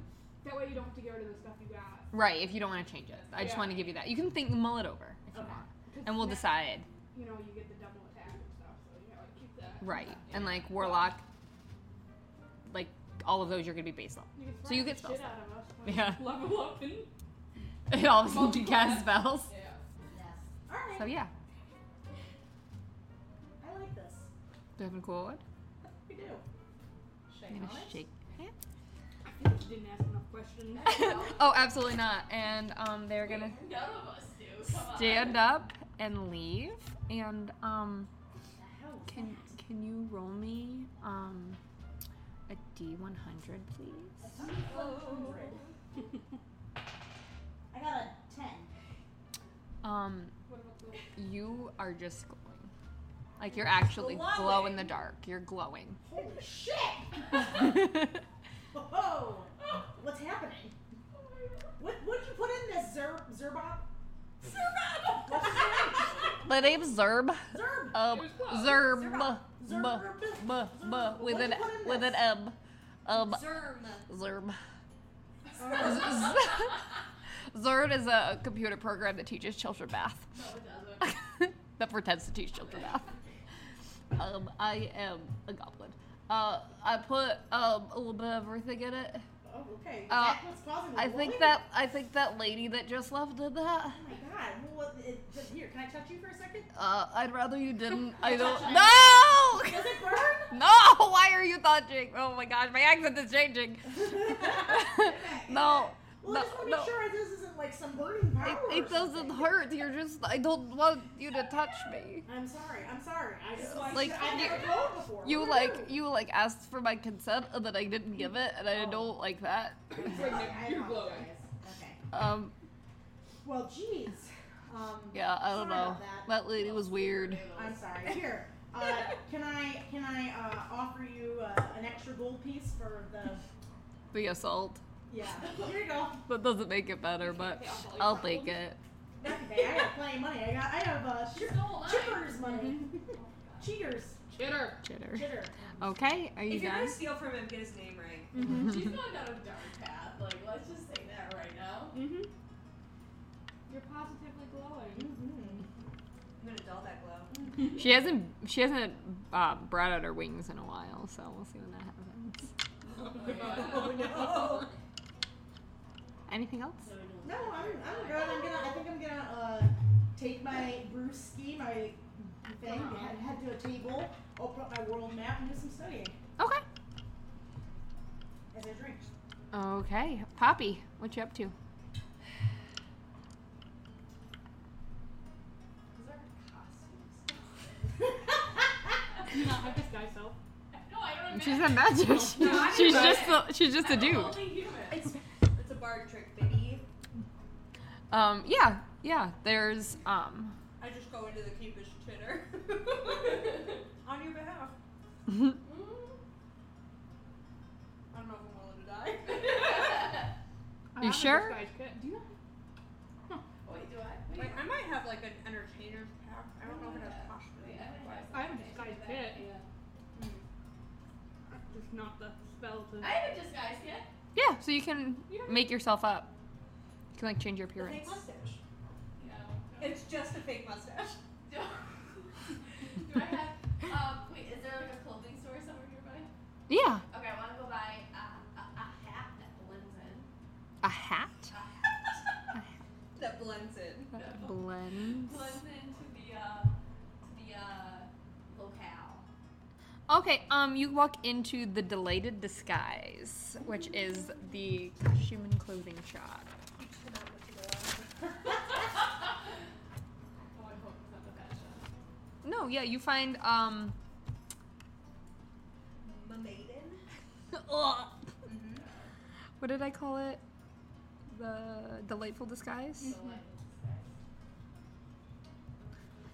that way you don't have to get rid of the stuff you got. right if you don't want to change it. I just Yeah. want to give you that. You can think mull it over if you Okay. want, 'Cause and we'll now, decide. You know, you get the double attack and stuff, so you know, like keep that. Right. And like warlock, like all of those you're gonna be base level. You can So you threaten get the spells shit out of us. when Yeah. we Level up and And all of a sudden you cast spells. yeah. All right. So yeah. I like this. Do you have a cool word? We do. I'm gonna shake. hands. I feel like you didn't ask enough questions. Oh, absolutely not. And um, they're gonna None of us do. Come on. stand up and leave. And um, The hell is can can you roll me um a D100, please? that? That's not 100. I got a ten. Um, what about the you are just glowing. Like you're actually glow in the dark. You're glowing. Holy shit! I Whoa! What's happening? My name's Zerb. Zerb. Um, It was close. Zerb. B, Zerb. b, b, Zerb. with What do you put in an with an this? M. Um, Zerm. Zerb. Zerd is a computer program that teaches children math. that pretends to teach children math. Um, I am a goblin. Uh, I put um, a little bit of everything in it. Oh, okay. Is Uh, that what's causing the I think bullying? that I think that lady that just left did that. Oh my god. Well, what- it, just here, can I touch you for a second? Uh, I'd rather you didn't. I don't. No! Does it burn? No! Why are you touching? Oh my gosh, my accent is changing. no. Well, no, I just want to no. make sure this isn't like some burning power. It, or it doesn't something. hurt. You're just. I don't want you to touch me. I'm sorry. I'm sorry. I just want Like, to. I've you- never told before. You What like do? you like asked for my consent and then I didn't give it and I don't like that. I'm sorry, I You're apologize. glowing. Okay. Um, Well, geez. Um, yeah, I sorry don't know. about that. That lady was weird. I'm sorry. Here, uh, can I can I uh, offer you uh, an extra gold piece for the? The assault. Yeah. Here you go. That doesn't make it better, but I'll take it. Not today. I have plenty of money. I got. I have uh, chip- chippers money. Mm-hmm. Cheaters. Chitter. Jitter. Chitter. Okay, are you If you're gonna guys? steal from him, get his name right. Mm. She's gone down a dark path. Like, let's just say that right now. You're positively glowing. I'm gonna dull that glow. She hasn't she hasn't uh, brought out her wings in a while, so we'll see when that happens. Oh no. Anything else? No, I'm, I'm good. I'm gonna. I think I'm gonna uh, take my brewski, my thing, head, head to a table, open up my world map, and do some studying Okay. as I drink. Okay, Poppy, what you up to? These are costumes. You not have disguise self. No, I don't She's a magic. she's just a, she's just a dude. Only human. It's a bard trick, baby. Um, yeah, yeah. There's um, I just go into the keepish chitter. On your behalf. I don't know if I'm willing to die. I You have a sure? disguise kit. Do you? Wait, do I? Wait, Wait, I might have like an entertainer's pack. I don't know if it has posh wait, food. I have I have a disguise kit. Yeah. Just not the spell to. I have a disguise kit. yeah. So you can make yourself up. You can like change your A fake appearance. mustache. No. It's just a fake mustache. Do I have? Um, wait, is there like a clothing store somewhere nearby? Yeah, Okay, I want to go buy a, a, a hat that blends in. a hat A hat That blends in. that blends. blends into the uh, to the uh, locale. Okay. Um, you walk into the delighted disguise, which is the costume and clothing shop. Oh, I hope it's not the fashion. No, yeah. You find um. My maiden. ugh. What did I call it? The delightful disguise. So like,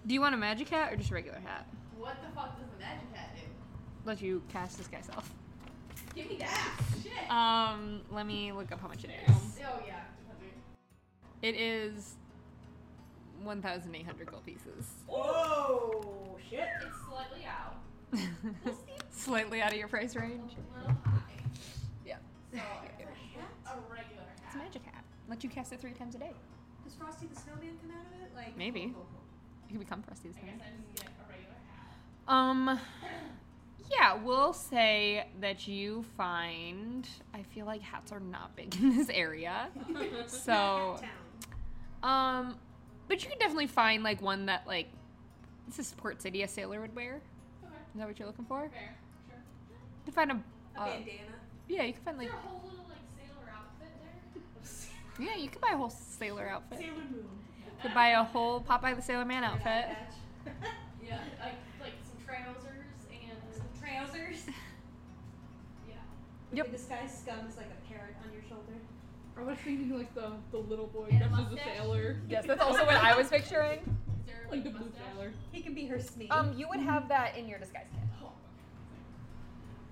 Do you want a magic hat or just a regular hat? what the fuck does the magic hat do? Let you cast disguise self. Give me that shit. Um, let me look up how much it is. oh yeah. 200. It is 1,800 gold pieces. Whoa! Oh, Shit. It's slightly out, Slightly out of your price a range. little high. Yeah. So it's a, a regular It's a hat. magic hat. Let you cast it three times a day. Does Frosty the Snowman come out of it? Like Oh, Maybe. You can become Frosty this I guess I just get a regular hat. Um, yeah, we'll say that you find. I feel like hats are not big in this area. so, um, but you can definitely find like one that like this is Port City a sailor would wear. Okay. Is that what you're looking for? Fair. Sure. You can find a. A uh, bandana. yeah, you can find Is like there a whole little like sailor outfit there? yeah, you could buy a whole sailor outfit. Sailor Moon. You could buy a whole Popeye the Sailor Man outfit. Yeah, like like some trousers and some trousers. yeah. Yep. Yep. This guy's scum is like a parrot on your shoulder. I was thinking like the, the little boy And a dressed as a mustache. sailor. Yes, that's also what I was picturing. Is there Like like, the a blue mustache? sailor. He can be her sneak. Um, you would have that in your disguise kit. Oh,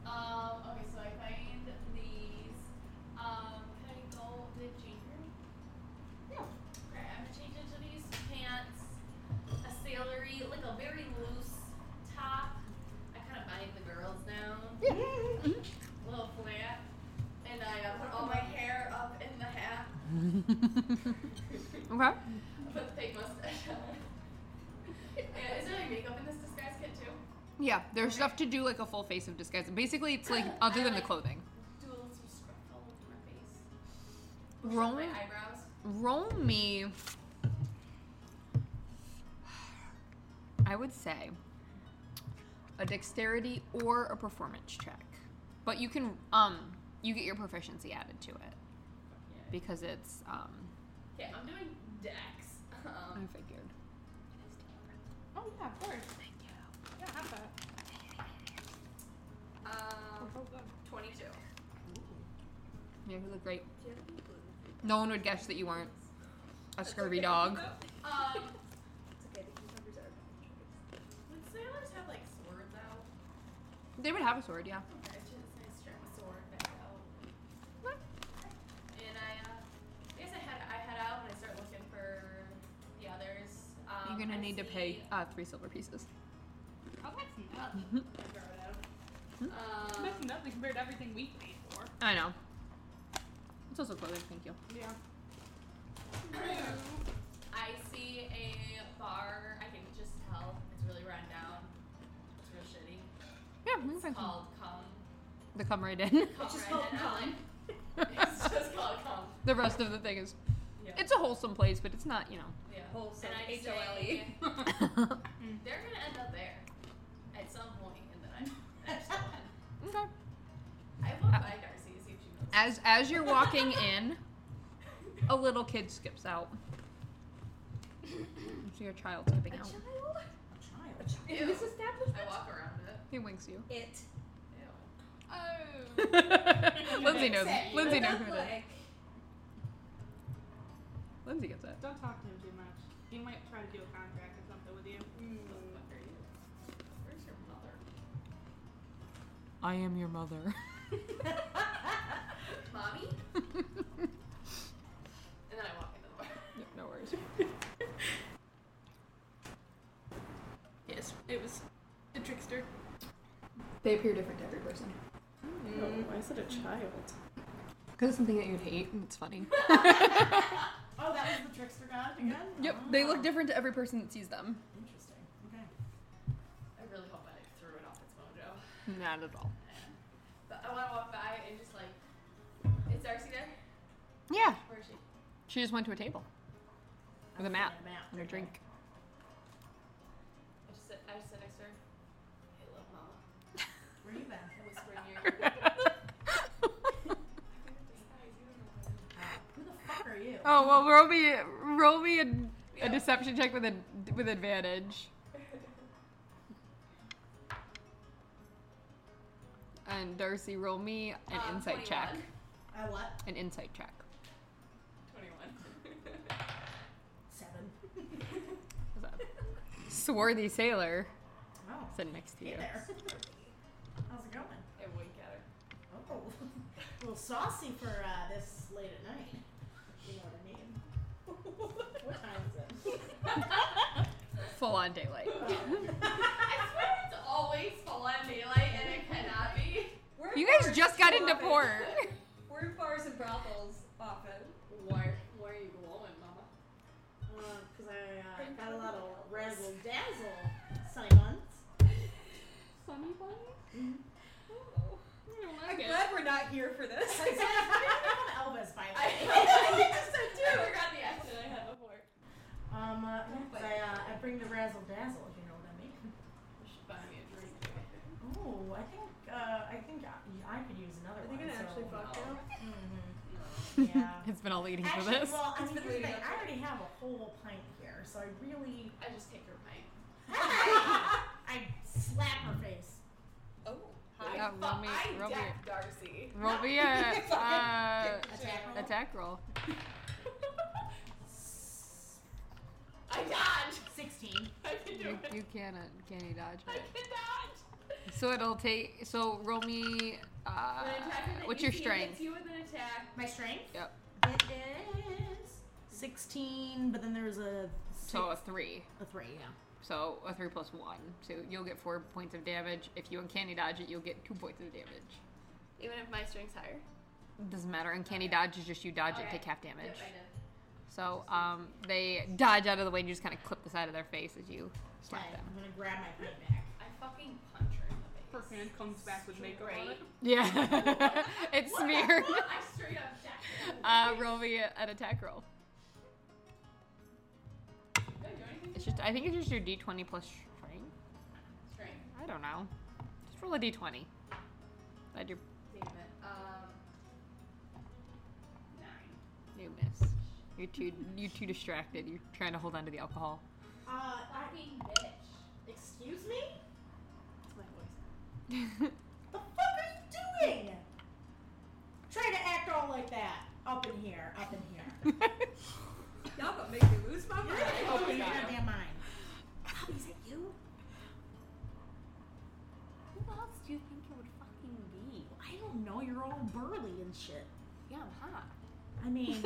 okay. Um. Okay. So I find these. Um. Can I go to the change room? Yeah. Okay. I'm gonna change into these pants, a sailor uh, okay. Put the fake mustache on. yeah, is there like makeup in this disguise kit too? Yeah, there's stuff to do like a full face of disguise. Basically, it's like other than the clothing. Do a little scrub all over my face. Push up Roll, my eyebrows. roll me. I would say a dexterity or a performance check, but you can um you get your proficiency added to it Yeah. because it's um Okay, I'm doing Dex. I Um, figured. Oh yeah, of course. Thank you. Yeah, have that. um, Oh good. 22. Yeah, you look great. No one would guess that you weren't a scurvy dog. Um, It's okay, the cucumbers are a would sailors have like swords out? They would have a sword, yeah. Okay, I should say strap my sword back out. What? And I, uh, I guess I head, I head out and I start looking for the others. Um, You're gonna I need to see- pay uh, three silver pieces. Oh that's nothing. I throw it out. Hmm? Um, That's nothing compared to everything we paid for. I know. It's also clothing. Thank you. Yeah. I see a bar. I can just tell it's really run down. It's real shitty. Yeah, we can It's find some. called Come. The come right in. Come just right called in. I'm Come. like, It's just called Come. the rest of the thing is, Yeah. it's a wholesome place, but it's not, you know. yeah. Wholesome, And I H O L E. say, They're gonna end up there at some point, and then I. I just don't wanna- okay. I walk by Darcy to see if she knows. As as you're walking in, a little kid skips out. So your child skipping out. child? A child. Ew. establishment? I walk around it. He winks you. It. Ew. Oh. Lindsay knows. Exactly. Lindsay knows Look up who it is. like- Lindsay gets it. Don't talk to him too much. He might try to do a contract or something with you. hmm. Who the fuck are you? Where's your mother? I am your mother. Mommy? And then I walk into the bar. Yep, no worries. Yes, it was the trickster. They appear different to every person. Mm. Mm, Why is it a child? Because it's something that you'd hate, and it's funny. Oh, that was the trickster god again? Yep, Oh, they look different to every person that sees them. Interesting. Okay. I really hope I like, threw it off its mojo. Not at all. But I want to walk by and just like, is Darcy there? Yeah, Where is she? she just went to a table with a Ah. map And a map. and a drink. I just sit, I just sit next to her. Hey, little mama. Where you been? I whisper in your ear. "I think it's disguise, you don't know what it is." Who the fuck are you? oh well, roll me, roll me a, Yeah. a deception check with a with advantage. And Darcy, roll me an Um, insight check. 21. I what? An insight check. 21. Seven. What's up? Swarthy sailor Oh. sitting next to Hey you. there. How's it going? I wink at her. Oh, a little saucy for uh, this late at night. You know what I mean? what time is it? Full on daylight. I swear it's always full on daylight and it cannot be. We're in You guys bars just got too into often. port. We're in bars and brothels often. Why, why are you glowing, mama? Because Uh, I uh, got a lot of razzle dazzle, Simons. Sunny bunny? Oh. I don't I'm like it. glad we're not here for this. I said I'm an Elvis, by I, the way. I forgot the accent I had before. Um, uh, 'cause I, uh, I bring the razzle dazzle, if you know what I mean. You should buy me a drink. Oh, I think uh, I think I, I could use another Are they one. gonna so. actually fuck No. now? hmm Yeah. it's been all eating for Actually, this. well, I mean, It's been here's the thing. leading I up to already have a whole pint here, so I really I just take her mic. I slap her face. Oh. Yeah, Hi. roll me- I roll me- decked Darcy. Roll me a uh, Attack roll. attack roll. I dodge. Sixteen. I can do You, it. you can't uh, can you dodge I it. can dodge. So it'll take. So roll me. Uh, An attack with an E what's your 18 strength? Hits you with an attack. My strength. Yep. It is sixteen, but then there's a six, So a three. a three. Yeah. So a three plus one. So you'll get four points of damage. If you uncanny dodge it, you'll get two points of damage. Even if my strength's higher. Doesn't matter. Uncanny dodge is just you dodge it, Okay. take half damage. Yep, I did. So um, they dodge out of the way and you just kind of clip the side of their face as you slap Okay, them. I'm gonna grab my plate back. I fucking punch her in the face. Ferdinand comes back with makeup on it. Yeah. it's smeared. I straight up jacked her. Uh, roll me a- an attack roll. Did I do anything? It's just, I think it's just your d20 plus strength. Strength. I don't know. Just roll a d20. That you Wait a minute. Um. Nine. you miss. You're too you're too distracted. You're trying to hold on to the alcohol. Uh, I, Fucking bitch. excuse me? That's my voice. The fuck are you doing? Try to act all like that. Up in here, up in here. Y'all gonna make me lose my mind. Up in your goddamn mind. Is it you? Who else do you think it would fucking be? I don't know, you're all burly and shit. Yeah, I'm hot. I mean,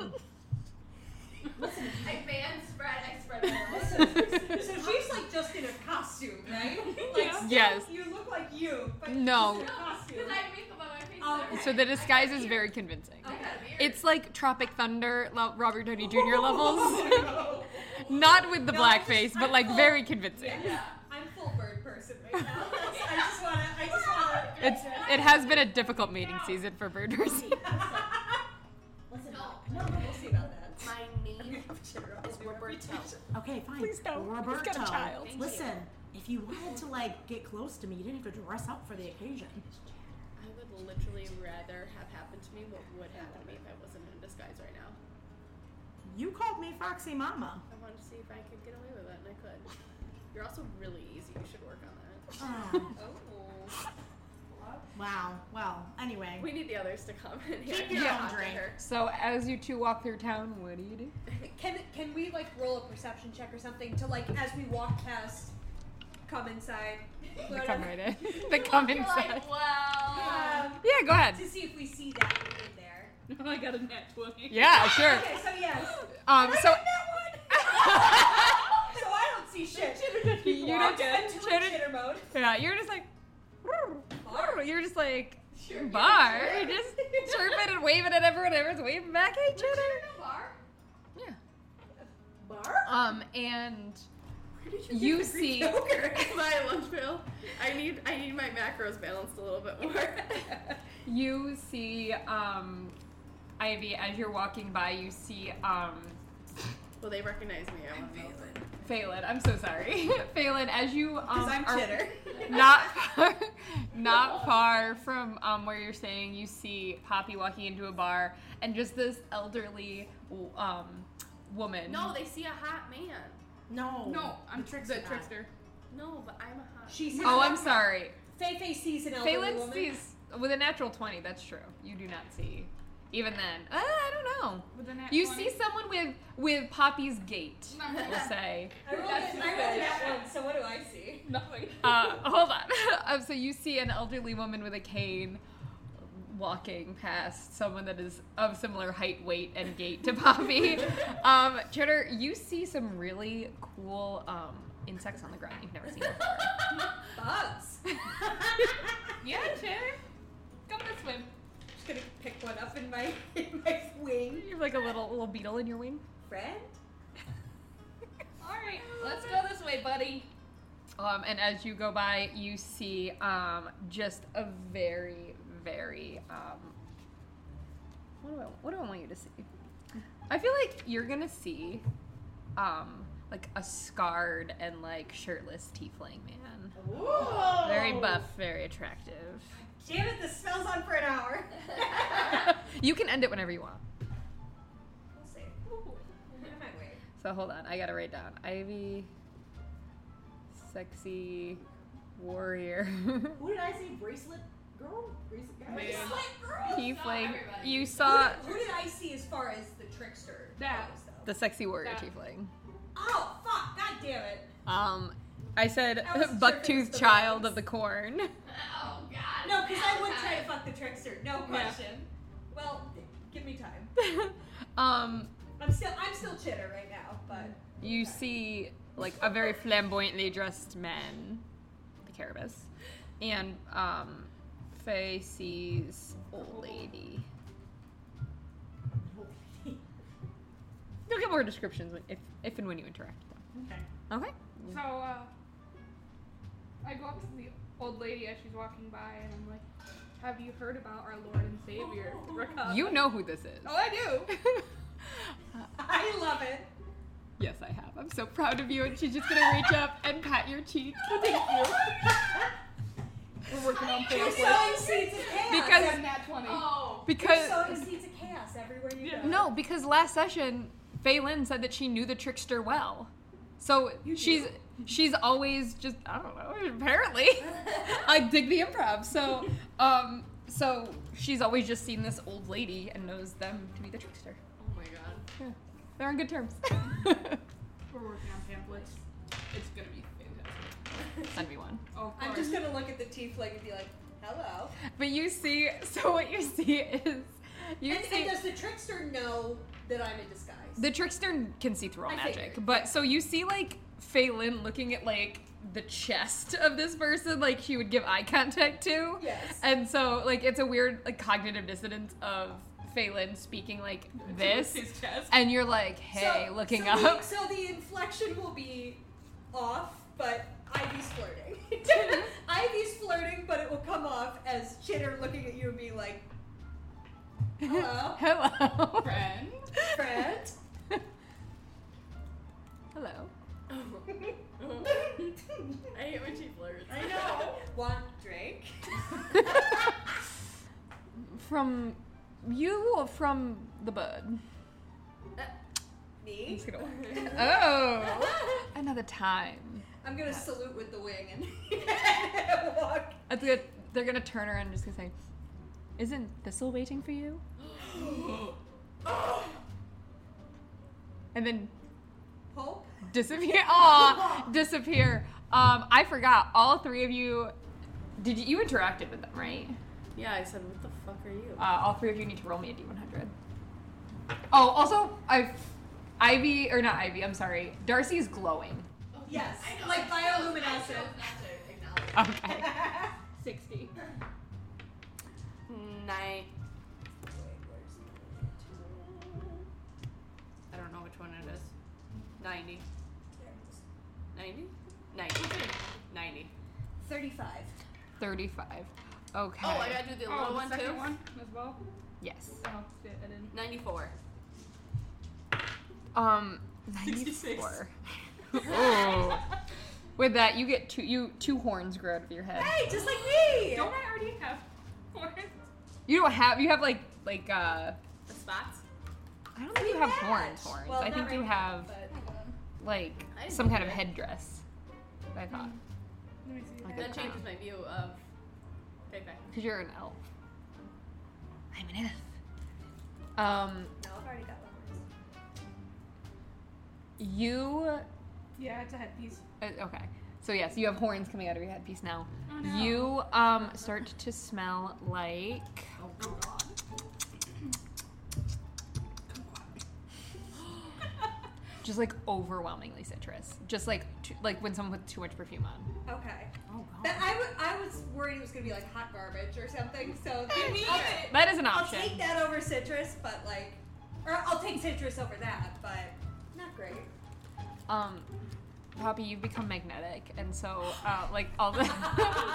I fan spread. I spread my legs. So she's like just in a costume, right? Like still, Yes. you look like you, but No. just in a Because costume. I have makeup on my face. Oh, and So everything. the disguise is very convincing. I got a beard. It's like Tropic Thunder, lo- Robert Downey Jr. levels. Not with the blackface, but like very convincing. I'm full bird person right now. I just wanna, I just wanna. It's it has been a difficult mating season for birders. listen. No. No, we'll see about that. My name is Roberto. Okay, fine. Please don't. Roberto. He's got a child. Thank Listen, you. if you wanted to like get close to me, you didn't have to dress up for the occasion. I would literally rather have happened to me what would happen to me if I wasn't in disguise right now. You called me Foxy Mama. I wanted to see if I could get away with it, and I could. You're also really easy. You should work on that. Oh, Oh. wow. Well, anyway. We need the others to come in here. Keep your Yeah, own after drink. her. So as you two walk through town, what do you do? Can can we like roll a perception check or something to like as we walk past, come inside, They come right in. They come You're inside. like, wow. um, Yeah, go ahead. to see if we see that in there. I got a net 20. Yeah, sure. Okay, so yes, Um, so so I don't see shit. you don't I'm get too in chitter- chitter mode. Yeah, you're just like Bar. you're just like bar. You're just chirping and waving at everyone. Everyone's waving back at each other. Bar? Yeah. Bar. Um, and you, see. my lunch bill. I need I need my macros balanced a little bit more. You see, um, Ivy, as you're walking by, you see, um, Will they recognize me? I want Phelan. I'm so sorry. Phelan, as you, um, I'm are chitter. not far, not far from, um, where you're staying, you see Poppy walking into a bar and just this elderly, w- um, woman. No, they see a hot man. No. No, I'm The tricks the are not. trickster. No, but I'm a hot. She says, Oh, I'm sorry. Feifei sees an elderly Phelan woman. sees with a natural twenty. That's true. You do not see. Even then, uh, I don't know. With a net You 20. see someone with with Poppy's gait. Nothing. We'll say. I rolled, That's it, I rolled it at one, so what do I see? Nothing. Uh, hold on. um, so you see an elderly woman with a cane walking past someone that is of similar height, weight, and gait to Poppy. um, Cheddar, you see some really cool um, insects on the ground you've never seen before. Bugs. Yeah, Cheddar. Come this way. just gonna pick one up in my in my wing. you have like a little little beetle in your wing. Friend? Alright, let's go this way, buddy. Um, and as you go by, you see um, just a very, very. Um, what, do I, what do I want you to see? I feel like you're gonna see, um, like a scarred and like shirtless tiefling man. Ooh. Very buff, very attractive. Damn it, this smells on for an hour. you can end it whenever you want. We'll see. Where am I waiting? So hold on, I gotta write down Ivy, sexy warrior, Who did I say? Bracelet girl? Bracelet guy? Wait. Bracelet- tiefling. everybody. You saw Who did I see as far as the trickster? That. goes, though? the sexy warrior That- tiefling. Oh fuck! God damn it! Um, I said I was jerking with bucktooth the child bugs. of the corn. Oh, God. No, because I would try to fuck the trickster. No question. Well, give me time. um, I'm still I'm still chitter right now, but you see like a very flamboyantly dressed man, the carabus, and um, Faye sees old lady. Oh, Look get more descriptions when- if, if and when you interact with Okay. them. Okay. So uh, I go up to the old lady as she's walking by, and I'm like, "Have you heard about our Lord and Savior, Rakab?" You know who this is. Oh, I do. I love it. Yes, I have. I'm so proud of you. And she's just gonna reach up and pat your cheek. Oh, We're working on You're Facebook. Oh. sowing seeds of chaos. Because Nat 20. You're because sowing seeds of chaos everywhere you go. no, because last session Faye Lynn said that she knew the trickster well. So she's she's always just I don't know, apparently. I dig the improv. So um so she's always just seen this old lady and knows them to be the trickster. Oh my god. They're on good terms. We're working on pamphlets. It's gonna be fantastic. Send me one. Oh, of I'm course. just gonna look at the tiefling and be like, hello. But you see so what you see is you And, see and does the trickster know that I'm in disguise? The trickster can see through all I magic, figured. but so you see like Phelan looking at like the chest of this person, like she would give eye contact to, yes. Uh, and so like it's a weird like cognitive dissonance of Phelan speaking like this, his chest. and you're like, hey, So- looking so up. The, so the inflection will be off, but Ivy's flirting. Ivy's flirting, but it will come off as Chitter looking at you and being like, hello, Hello, Friend. friend. Hello. I hate when she flirts. I know. One drink. from you or from the bird? Me. gonna walk. oh, another time. I'm gonna salute with the wing and walk. That's good. They're gonna turn around and just gonna say, "Isn't Thistle waiting for you?" and then Hope. disappear. Aw, disappear. Um, I forgot. All three of you. Did you, you interacted with them, right? Yeah, I said, what the fuck are you? Uh, all three of you need to roll me a d100. Oh, also, I, Ivy or not Ivy. I'm sorry. Darcy is glowing. Yes. I know. Like I chose- I chose bioluminescent. not to acknowledge it. Okay. 60. Nine. I don't know which one it is. 90. 90? 90. 90. 35. Thirty-five. Okay. Oh, I gotta do the Oh, little the one second too. one as well. yes. Oh, shit, I didn't. 94. Um, 94. Ooh. With that, you get two you two horns grow out of your head. Hey, just like me. Don't I already have horns? You don't have you have like like uh The spots? I don't think you have horns match. horns. Well, I not think you right have like I didn't some know kind of that. headdress. I thought Let me see. like a That changes crown. my view of Pepe. Cuz you're an elf. I'm an elf. Um No, I've already got one. you Yeah, it's a headpiece. Uh, okay. So yes, you have horns coming out of your headpiece now. Oh, no. You um start to smell like. Oh God. Just like overwhelmingly citrus. Just like too, like when someone puts too much perfume on. Okay. Oh That I, w- I was worried it was gonna be like hot garbage or something. So I'll, That is an I'll option. take that over citrus, but like, or I'll take citrus over that, but not great. Um, Poppy, you've become magnetic, and so uh, like all the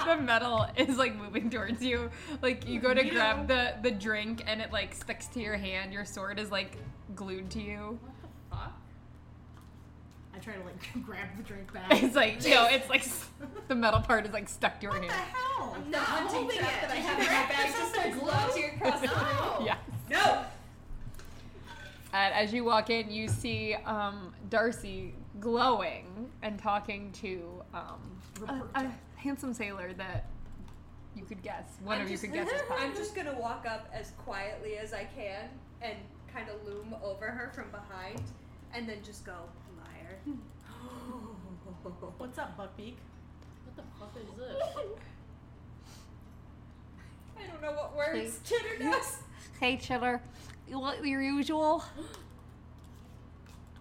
the metal is like moving towards you. Like you go to grab the the drink, and it like sticks to your hand. Your sword is like glued to you. I try to like grab the drink back. It's like no, it's like s- the metal part is like stuck to your What the hand. hell? The hunting trap that I have in my bag just starts gloating across the room. Yeah. No. And as you walk in, you see um, Darcy glowing and talking to um, Uh, a, a handsome sailor that you could guess. One I'm of you just- could guess is Poppy. I'm just gonna walk up as quietly as I can and kind of loom over her from behind, and then just go liar. Hmm. What's up, Buckbeak? What the fuck is this? I don't know what words. Chitter knows. Hey, Chiller. You want your usual?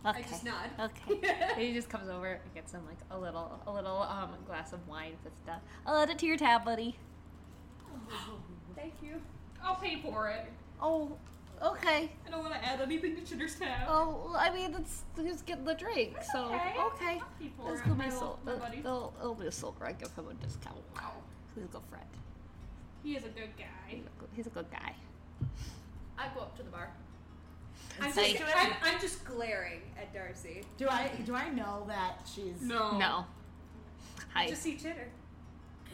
Okay. I just nod. Okay. And he just comes over and gets him like a little, a little um glass of wine and stuff. I'll add it to your tab, buddy. Thank you. I'll pay for it. Oh, okay. I don't want to add anything to Chitter's tab. Oh, well, I mean, it's who's getting the drink, so okay. okay. Happy for Let's it, go my be little- so. my buddy. It'll, it'll be a silver. I give him a discount. Wow, he's a good friend. He is a good guy. He's a good- He's a good guy. I go up to the bar. I'm Say- just, I'm, I'm, I'm just glaring at Darcy. Do I do I know that she's no. No. I Hi. just see Chitter.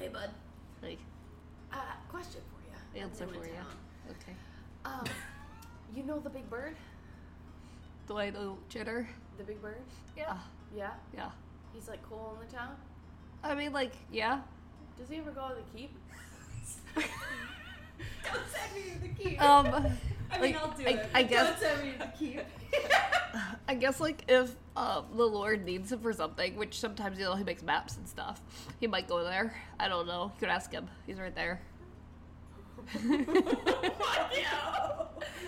Hey, bud. Like, Uh, question for you. Answer for ya. okay. Um, you know the Big Bird? Do I know Chitter? The Big Bird? Yeah. Yeah. Yeah. He's like cool in the town. I mean, like, yeah. Does he ever go to the keep? Um, I mean, like, I'll do I, it. I guess. I guess like if um, the Lord needs him for something, which sometimes you know he makes maps and stuff, he might go there. I don't know. You could ask him. He's right there.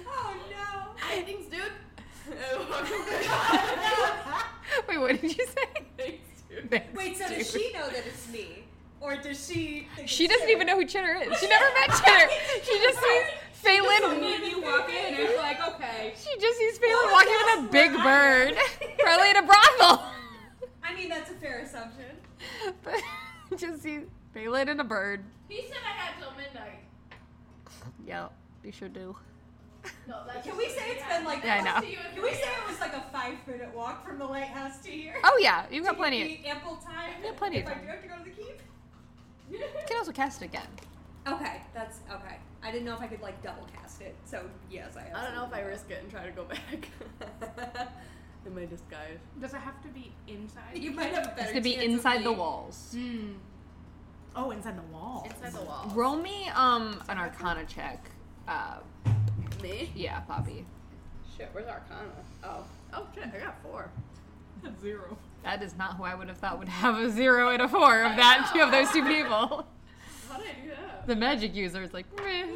Oh, Thanks, dude. Wait, what did you say? Thanks, Wait, so dude. does she know that it's me? Or does she. think She it's doesn't Chitter? even know who Chitter is. She never met Chitter. She just sees Phelan. you walk in and it's like, okay. She just sees Phelan walking with a big bird, probably in a brothel. I mean, that's a fair assumption. But just sees Phelan and a bird. He said I had till midnight. Yep, you sure do. No, that's Can we say it's been like. Yeah, I know. See you in Can we three say it was like a five minute walk from the lighthouse to here? Oh yeah, you've To got plenty. Of, give me ample time. Yeah, plenty If of I time. do have to go to the keep. you can also cast it again. Okay, that's okay. I didn't know if I could like double cast it, so yes, I. I don't know if I absolutely risk it and try to go back in my disguise. Does it have to be inside? will. You might have a better. It's gonna be chance of inside the being- walls. Hmm. oh inside the wall. Inside the wall. Roll me um an Arcana check. Uh, Me? yeah, Poppy. Shit, where's Arcana? Oh. Oh shit, I got four. Zero. That is not who I would have thought would have a zero and a four of that two of those two people. How did I do that? The magic user is like, meh.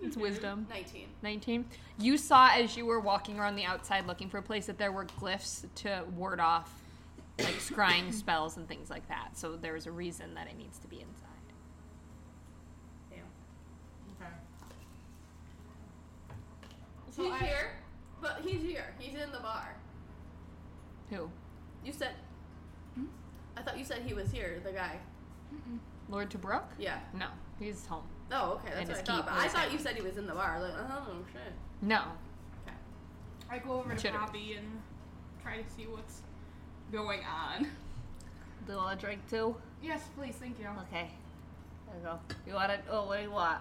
It's wisdom. 19. 19. You saw as you were walking around the outside looking for a place that there were glyphs to ward off like scrying spells and things like that. So there was a reason that it needs to be inside. Okay. he's here, but he's here. He's in the bar. Who? You said. Hmm? I thought you said he was here, the guy. Lord Tobruk? Yeah. No, he's home. Oh, okay, And that's his what I thought. keep But I was thought you said he was in the bar. Like, oh shit. No. I go over to Chitter. Poppy and try to see what's going on. Do you want a drink too? Yes, please, thank you. Okay. There you go. You want it? Oh, what do you want?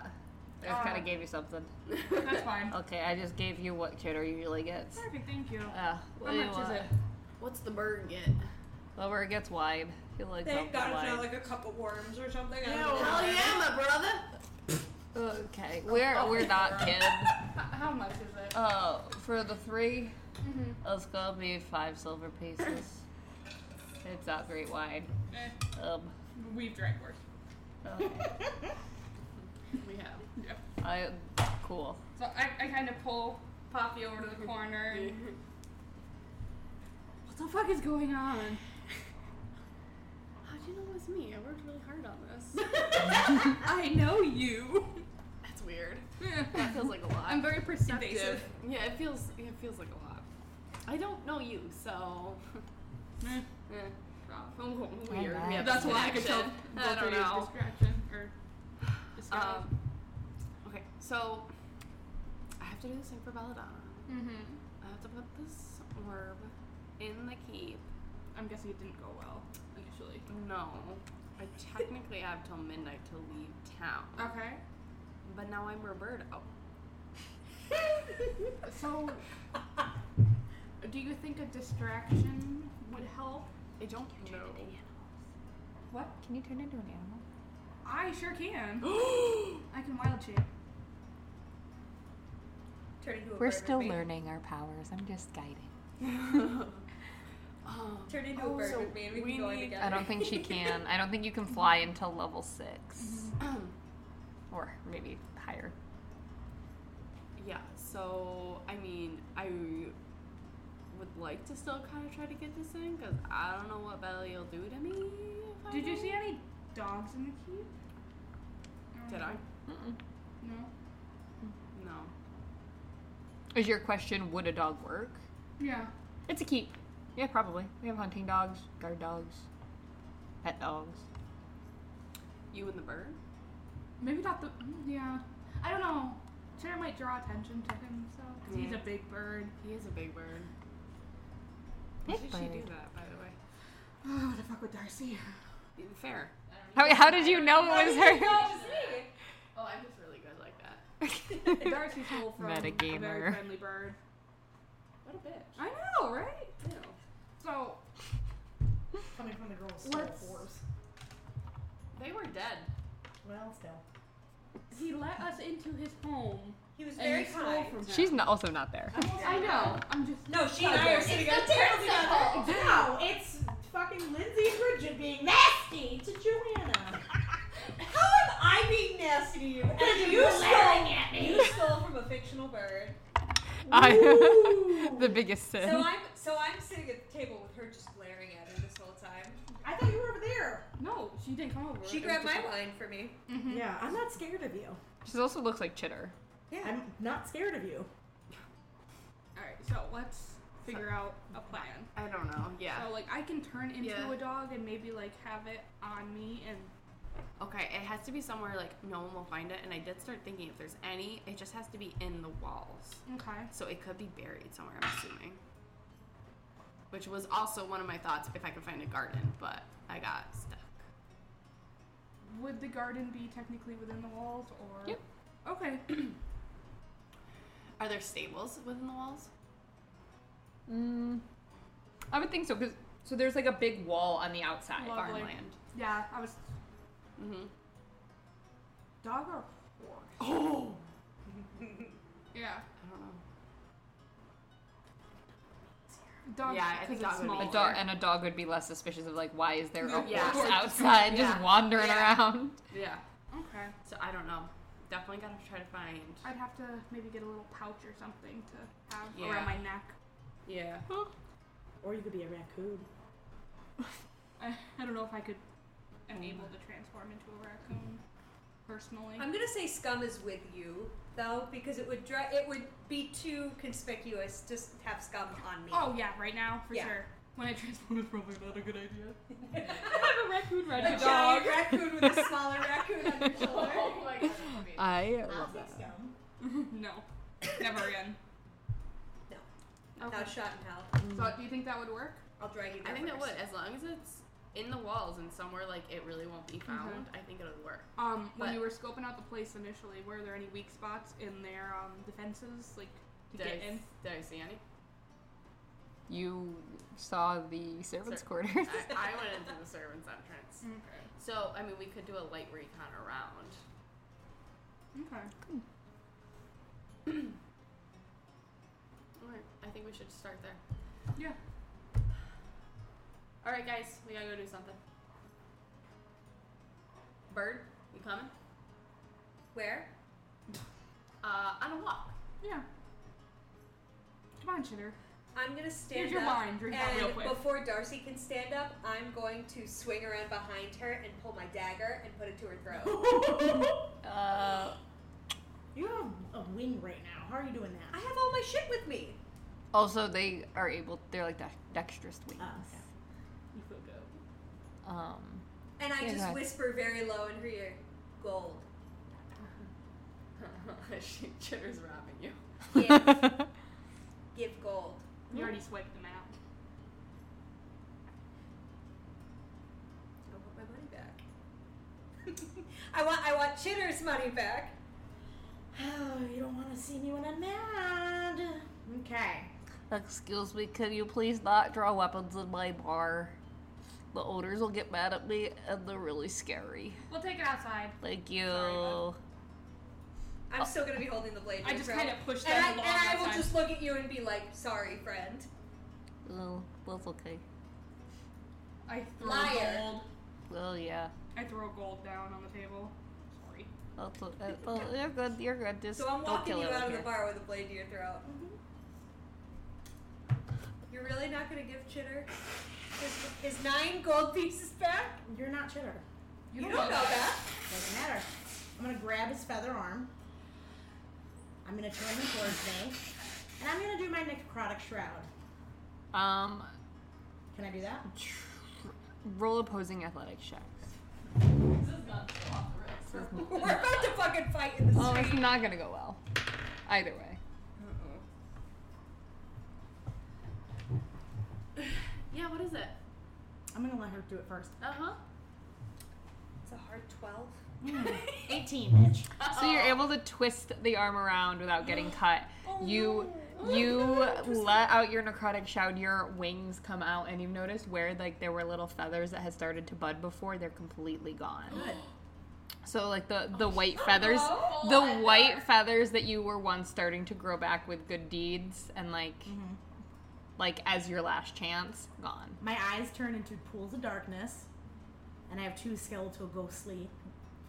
I just Uh, kind of gave you something. That's fine. Okay, I just gave you what Chitter usually gets. Perfect, thank you. Uh, what How do you much is want? it? What's the bird get? Lover gets wine. He likes Thank all the God it's wine. not like a cup of worms or something. I don't Ew. know. Hell yeah, my brother. Okay, we're we're not kids. H- How much is it? Uh, for the three, Mhm. it's gonna be five silver pieces. It's not great wine. Eh, Um, we've drank worse. okay. We have. Yeah. I cool. So I, I kind of pull Poppy over to the corner and. What the fuck is going on? How'd you know it was me? I worked really hard on this. I know you. That's weird. that feels like a lot. I'm very perceptive. Invasive. Yeah, it feels it feels like a lot. I don't know you, so Eh. eh, I'm going weird. Yeah, that's why I could tell. distraction. I don't both of you know. Distraction or disguise. Um, okay, so I have to do this thing for Belladonna. mm-hmm. I have to put this orb in the keep. I'm guessing it didn't go well initially. No, I technically have till midnight to leave town, Okay. but now I'm Roberto. So, do you think a distraction would help? I don't know. What? Can you turn into an animal? I sure can. I can wild shape. Turn into a We're bird still with me. learning our powers. I'm just guiding. Um, Turn into Oh, a bird so with me and we, we can go in need- together. I don't think she can. I don't think you can fly until level 6 Mm-hmm. or maybe higher. Yeah, so I mean, I would like to still kind of try to get this in because I don't know what Belly will do to me. if I Did you don't. see any dogs in the keep? Did I? Mm-mm. No. No. Is your question would a dog work? Yeah. It's a keep. Yeah, probably. We have hunting dogs, guard dogs, pet dogs. You and the bird? Maybe not the. mm, Yeah. I don't know. Sarah might draw attention to him, so. 'cause he's a big bird. He is a big bird. Why Big did she do bird. that, by the way? Oh, what the fuck with Darcy? Fair. How, how did you know it was her? Oh, I'm just really good like that. Darcy's whole from a very Metagamer. friendly bird. What a bitch. I know, right? Ew. So, Coming from the girls' Let's- force. They were dead. Well, still. he let us into his home. He was and very he stole kind. from She's not, also not there. I know. I'm just. No, she and I are sitting on the table together. No, it's fucking Lindsay and Bridget being nasty to Joanna. How am I being nasty to you? Because you stole You stole from a fictional bird. I, the biggest sin. So I'm so I'm sitting at the table with her just glaring at her this whole time. I thought you were over there. No, she didn't come over. She grabbed my wine for me. Mm-hmm. Yeah, I'm not scared of you. she also looks like Chitter. Yeah. I'm not scared of you. Alright, so let's figure out a plan. I don't know. Yeah. So, like, I can turn into Yeah. a dog and maybe, like, have it on me and. Okay, it has to be somewhere like no one will find it. And I did start thinking if there's any, it just has to be in the walls. Okay. So it could be buried somewhere, I'm assuming. Which was also one of my thoughts if I could find a garden, but I got stuck. Would the garden be technically within the walls or. Yep. Okay. Are there stables within the walls? Mm, I would think so because so there's like a big wall on the outside. Lovely. Farmland. yeah, I was. Mm-hmm. Dog or horse? Oh! yeah. I don't know. Dog, Yeah, I think dog would be A dog and a dog would be less suspicious of like why is there a Yeah. horse outside just Yeah. wandering Yeah. around? Yeah. Okay. So I don't know. Definitely gotta try to find. I'd have to maybe get a little pouch or something to have Yeah. around my neck. Yeah. Or you could be a raccoon. I, I don't know if I could am able to transform into a raccoon personally. I'm gonna say scum is with you though because it would dry, it would be too conspicuous to s- have scum on me. oh yeah, right now for Yeah. sure. When I transform, it's probably not a good idea. I'm a raccoon a riding a dog. giant raccoon with a smaller raccoon on your shoulder. Oh my god. I I'll love take that. scum. no, never again. Okay. Not shot in hell. So do you think that would work? I'll drag you. I down think it first. would. As long as it's in the walls and somewhere like it really won't be found, I think it'll work. Um, But- when you were scoping out the place initially, were there any weak spots in their um defenses, like to Did I, get in? did I see any? You saw the servants' Sir- quarters. I, I went into the servants' entrance. Okay. So I mean, we could do a light recon around. Okay. All right. I think we should start there. Yeah. All right, guys, we gotta go do something. Bird, you coming? Where? Uh, on a walk. Yeah. Come on, Chitter. I'm gonna stand Here's your up. wine. Drink that And real quick. before Darcy can stand up, I'm going to swing around behind her and pull my dagger and put it to her throat. Uh, You have a wing right now. How are you doing I that? have all my shit with me. also, they are able. They're like dex- dexterous wings. Oh, okay. You feel good. Um, And I Yeah, just go ahead. whisper very low in her ear, gold. she chitter's robbing you. Give, give gold. You already swiped them out. I want my money back. I want I want Chitter's money back. Oh, you don't want to see me when I'm mad. Okay. Excuse me, can you please not draw weapons in my bar? The owners will get mad at me, and they're really scary. We'll take it outside. Thank you. bud. I'm still gonna be holding the blade. to Oh. I her just throat. kind of pushed and I, down the lawn and I will outside. just look at you and be like, sorry, friend. oh, that's okay. I throw Liar. gold. Well, yeah. I throw gold down on the table. Sorry. That's o- uh, well, you're good. You're good. Just So I'm don't walking kill you it out of here. the bar with a blade to your throat. Mm-hmm. You're really not gonna give Chitter his, his nine gold pieces back? You're not chitter. You don't know that. Doesn't matter. I'm gonna grab his feather arm. I'm gonna turn him towards me. And I'm gonna do my necrotic shroud. Um, Can I do that? roll opposing athletics checks. This is gonna go off the rails. We're about to fucking fight in the Oh, street. it's not gonna go well. Either way. Yeah, what is it? I'm gonna let her do it first. Uh huh. Uh-huh. It's a hard 12. Mm. 18, bitch. So you're able to twist the arm around without getting cut. you you let out your necrotic shout, your wings come out, and you've noticed where like there were little feathers that had started to bud before, they're completely gone. So like the the white feathers, the white feathers that you were once starting to grow back with good deeds and like like as your last chance, gone. My eyes turn into pools of darkness, and I have two skeletal, ghostly,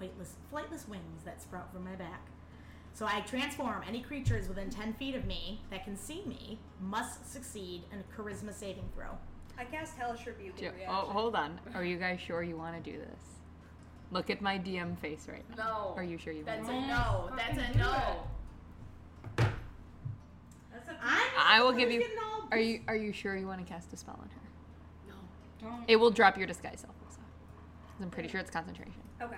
flightless, flightless wings that sprout from my back. So I transform any creatures within 10 feet of me that can see me must succeed in a charisma saving throw. I cast Hellish Rebuke. Do- in reaction. oh, hold on. Are you guys sure you want to do this? Look at my DM face right now. No. Are you sure you want That's a no. That's a no. I'm I will give freaking you. all- Are you are you sure you want to cast a spell on her? Don't. It will drop your disguise self. Also. 'Cause I'm pretty sure it's concentration. Okay.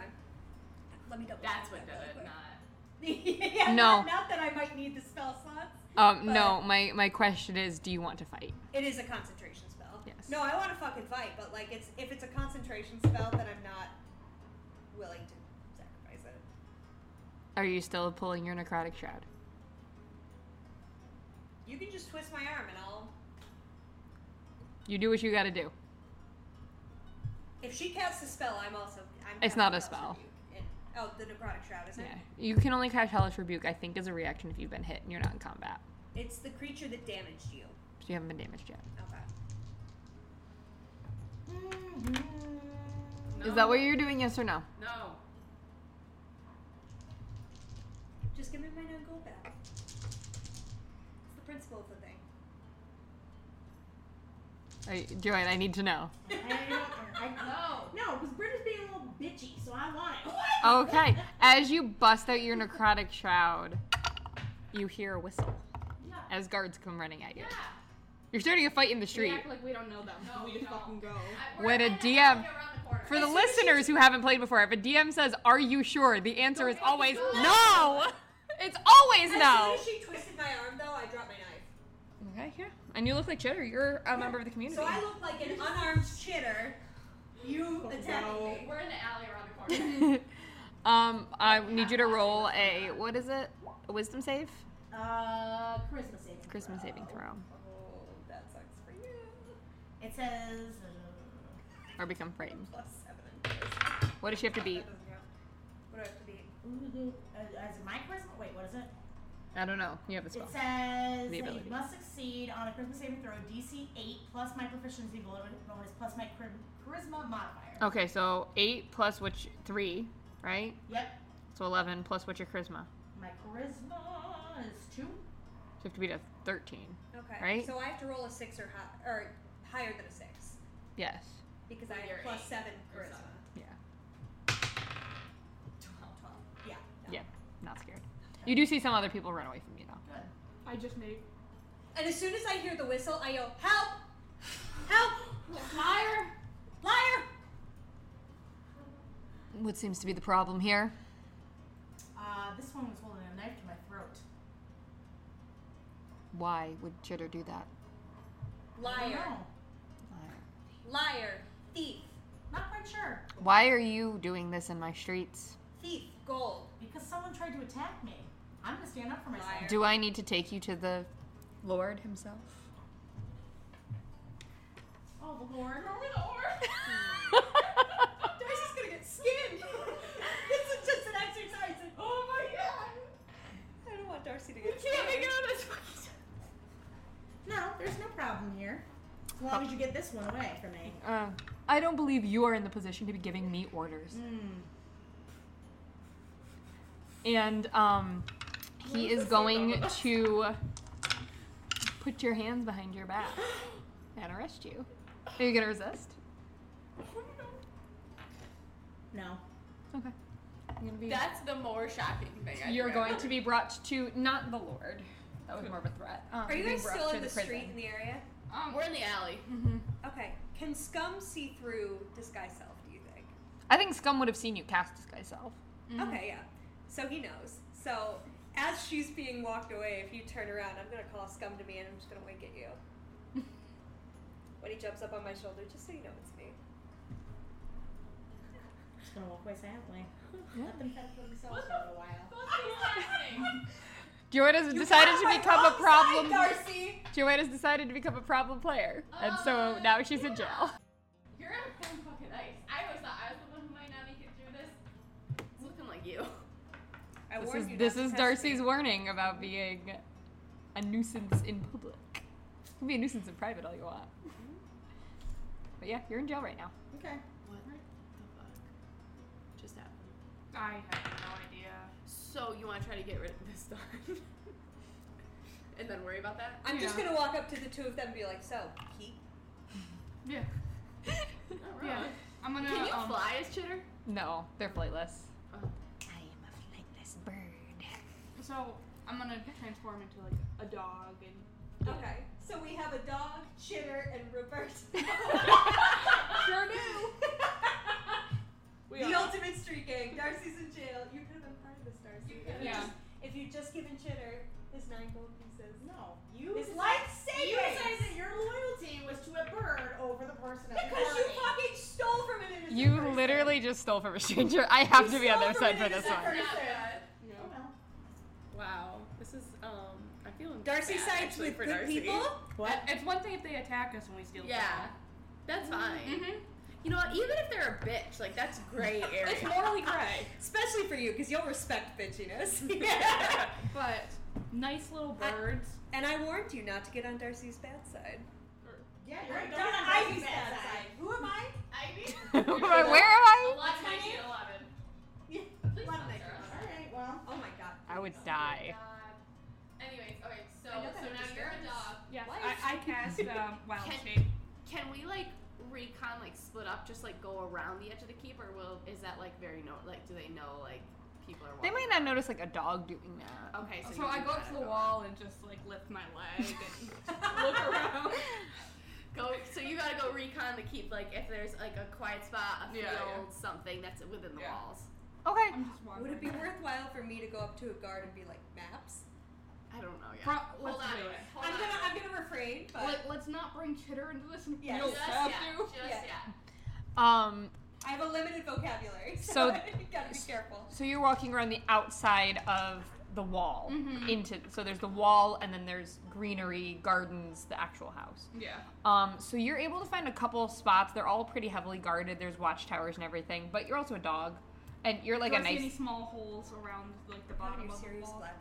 Let me double That's check what did that it. real Not. quick. yeah, No. Not, not that I might need the spell slots. Um, no, my my question is, do you want to fight? It is a concentration spell. Yes. No, I want to fucking fight, but like it's if it's a concentration spell, then I'm not willing to sacrifice it. Are you still pulling your necrotic shroud? You can just twist my arm and I'll. You do what you got to do. If she casts a spell, I'm also. I'm It's casting not a Hellish spell. Rebuke in- oh, the necrotic shroud, isn't Yeah. You can only cast hellish rebuke, I think, as a reaction if you've been hit and you're not in combat. it? It's the creature that damaged you. So you haven't been damaged yet. Okay. Is that what you're doing? Yes or no? No. Just give me my nine gold back. It's the principle of the thing. Are you, Joanne, I need to know. I don't care. I- No, because Britta's being a little bitchy, so I want it. Okay. As you bust out your necrotic shroud, you hear a whistle as guards come running at you. You're starting a fight in the We street. act like we don't know them. we just fucking go. I- When a and I'm DM looking around the corner. For the listeners who haven't played before, if a DM says, Are you sure? The answer is always no! It's always no! As soon as she twisted my arm, though, I dropped my knife. Okay, yeah. And you look like cheddar. You're a member of the community. So I look like an unarmed chitter. You attacking me. We're in the alley around the corner. um, I need you to roll a, what is it? A wisdom save? Uh, charisma saving. throw. Christmas saving throw. Oh, that sucks for you. It says. uh, Or become frightened. Plus seven. and charisma. What does she have to beat? That doesn't count. What do I have to beat? Uh, uh, is it my charisma? Wait, what is it? I don't know. You have the spell. It says that you ability. must succeed on a Christmas saving throw DC 8 plus my proficiency bonus plus my chari- charisma modifier. Okay, so 8 plus which, 3, right? Yep. So 11 plus what's your charisma? My charisma is 2. So you have to beat a 13. Okay. Right? So I have to roll a six or high, or higher than a six Yes. because I You're have plus eight seven or charisma. something. Yeah. Twelve. Twelve. Yeah. no. Yeah. Not scared. You do see some other people run away from you, though. I just made. And as soon as I hear the whistle, I yell, "Help! Help! Liar! Liar!" What seems to be the problem here? Uh, this one was holding a knife to my throat. Why would Jitter do that? I Liar! know. Liar! Thief! Not quite sure. Why are you doing this in my streets? Thief! Gold! Because someone tried to attack me. I'm going to stand up for myself. Liar. Do I need to take you to the Lord himself? Oh, the Lord. Dice is gonna get skinned. this is just an exercise. Oh my god! I don't want Darcy to get skinned. No, there's no problem here. As long as you get this one away from me. Uh, I don't believe you are in the position to be giving me orders. And um, he is going to put your hands behind your back and arrest you. Are you gonna resist? No. Okay. I'm gonna be. That's the more shocking thing. I You're remember. going to be brought to not the Lord, That was more of a threat. Um, Are you they guys were up still to in the street in the area? Um, we're in the alley. Mhm. Okay. Can scum see through disguise self? Do you think? I think Scum would have seen you cast disguise self. Mm-hmm. Okay, yeah. So he knows. So as she's being walked away, if you turn around, I'm gonna call Scum to me and I'm just gonna wink at you. when he jumps up on my shoulder, just so you know it's me. Just gonna walk away silently. Yeah. Let them fend for themselves What for the- a little while. Joanne has decided to become a problem. Darcy. Joanne has decided to become a problem player, and so Uh, now she's in yeah. jail. You're on thin fucking ice. I always thought I was the one who might not make it through this. It's looking like you. I This warned is you. this not to is touch Darcy's me. warning about being a nuisance in public. You can be a nuisance in private all you want. Mm-hmm. But yeah, you're in jail right now. Okay. What the fuck just happened? I have no idea. So you want to try to get rid of this done, and then worry about that? I'm just Yeah. gonna walk up to the two of them and be like, "So, he." Yeah. Not Yeah. wrong. I'm gonna. Can you um, fly as Chitter? No, they're flightless. Oh. I am a flightless bird. So I'm gonna transform into like a dog and Okay. So we have a dog, Chitter, and Roberta. sure do. We the are. ultimate street gang. Darcy's in jail. You could have been part of this, Darcy. If you Yeah. just- If you'd just given Chitter his nine gold pieces. No. You It's decide- life You decided savings. that your loyalty was to a bird over the person at the Because you party. fucking stole from an innocent You person. literally just stole from a stranger. I have to be on stole their from side an for this innocent one. person. Oh, well. Wow. This is um. I feel Darcy sides with good people. What? It's one thing if they attack us and we steal. Yeah. That's fine. Mm-hmm. You know what? Even if they're a bitch, like that's gray It's area. morally gray, Especially for you, because you'll respect bitchiness. but nice little I- birds. and I warned you not to get on Darcy's bad side. Yeah, you're Alright, right. don't Don't have Ivy's Ivy's bad bad side. Who am I? Ivy? But Where am I? Eleven, my name? eleven. Yeah. Eleven, Please not, I Sarah. guess. Alright, well. Oh my god. I would Oh my die. God. Anyways, okay, so I know that so I'm now you're a distracted. dog. Yes, What? I, I cast um, wild Can- shape. Can we like recon like split up, just like go around the edge of the keep, or will is that like very no? Like, do they know like people are? They Walking might not notice like a dog doing that. Okay, so, So I go up to the wall and just like lift my leg and look around. Go. So you gotta go recon the keep, like if there's like a quiet spot, a field, Yeah, yeah. something that's within the Yeah. walls. Okay. I'm just wandering. Would it be worthwhile for me to go up to a guard and be like, maps? I don't know yet. Bro, let's Hold on. do it. Hold I'm on. gonna I'm gonna refrain, but Let, let's not bring Chitter into this. and Yes. We don't Just have yeah, to. just Yeah. yeah. Um. I have a limited vocabulary, so, So- you gotta be careful. So you're walking around the outside of the wall Mhm. into. So there's the wall, and then there's greenery, gardens, the actual house. Yeah. Um. So you're able to find a couple spots. They're all pretty heavily guarded. There's watchtowers and everything. But you're also a dog, and you're like Do a I see any nice. small holes around like the bottom Having a of the serious wall? black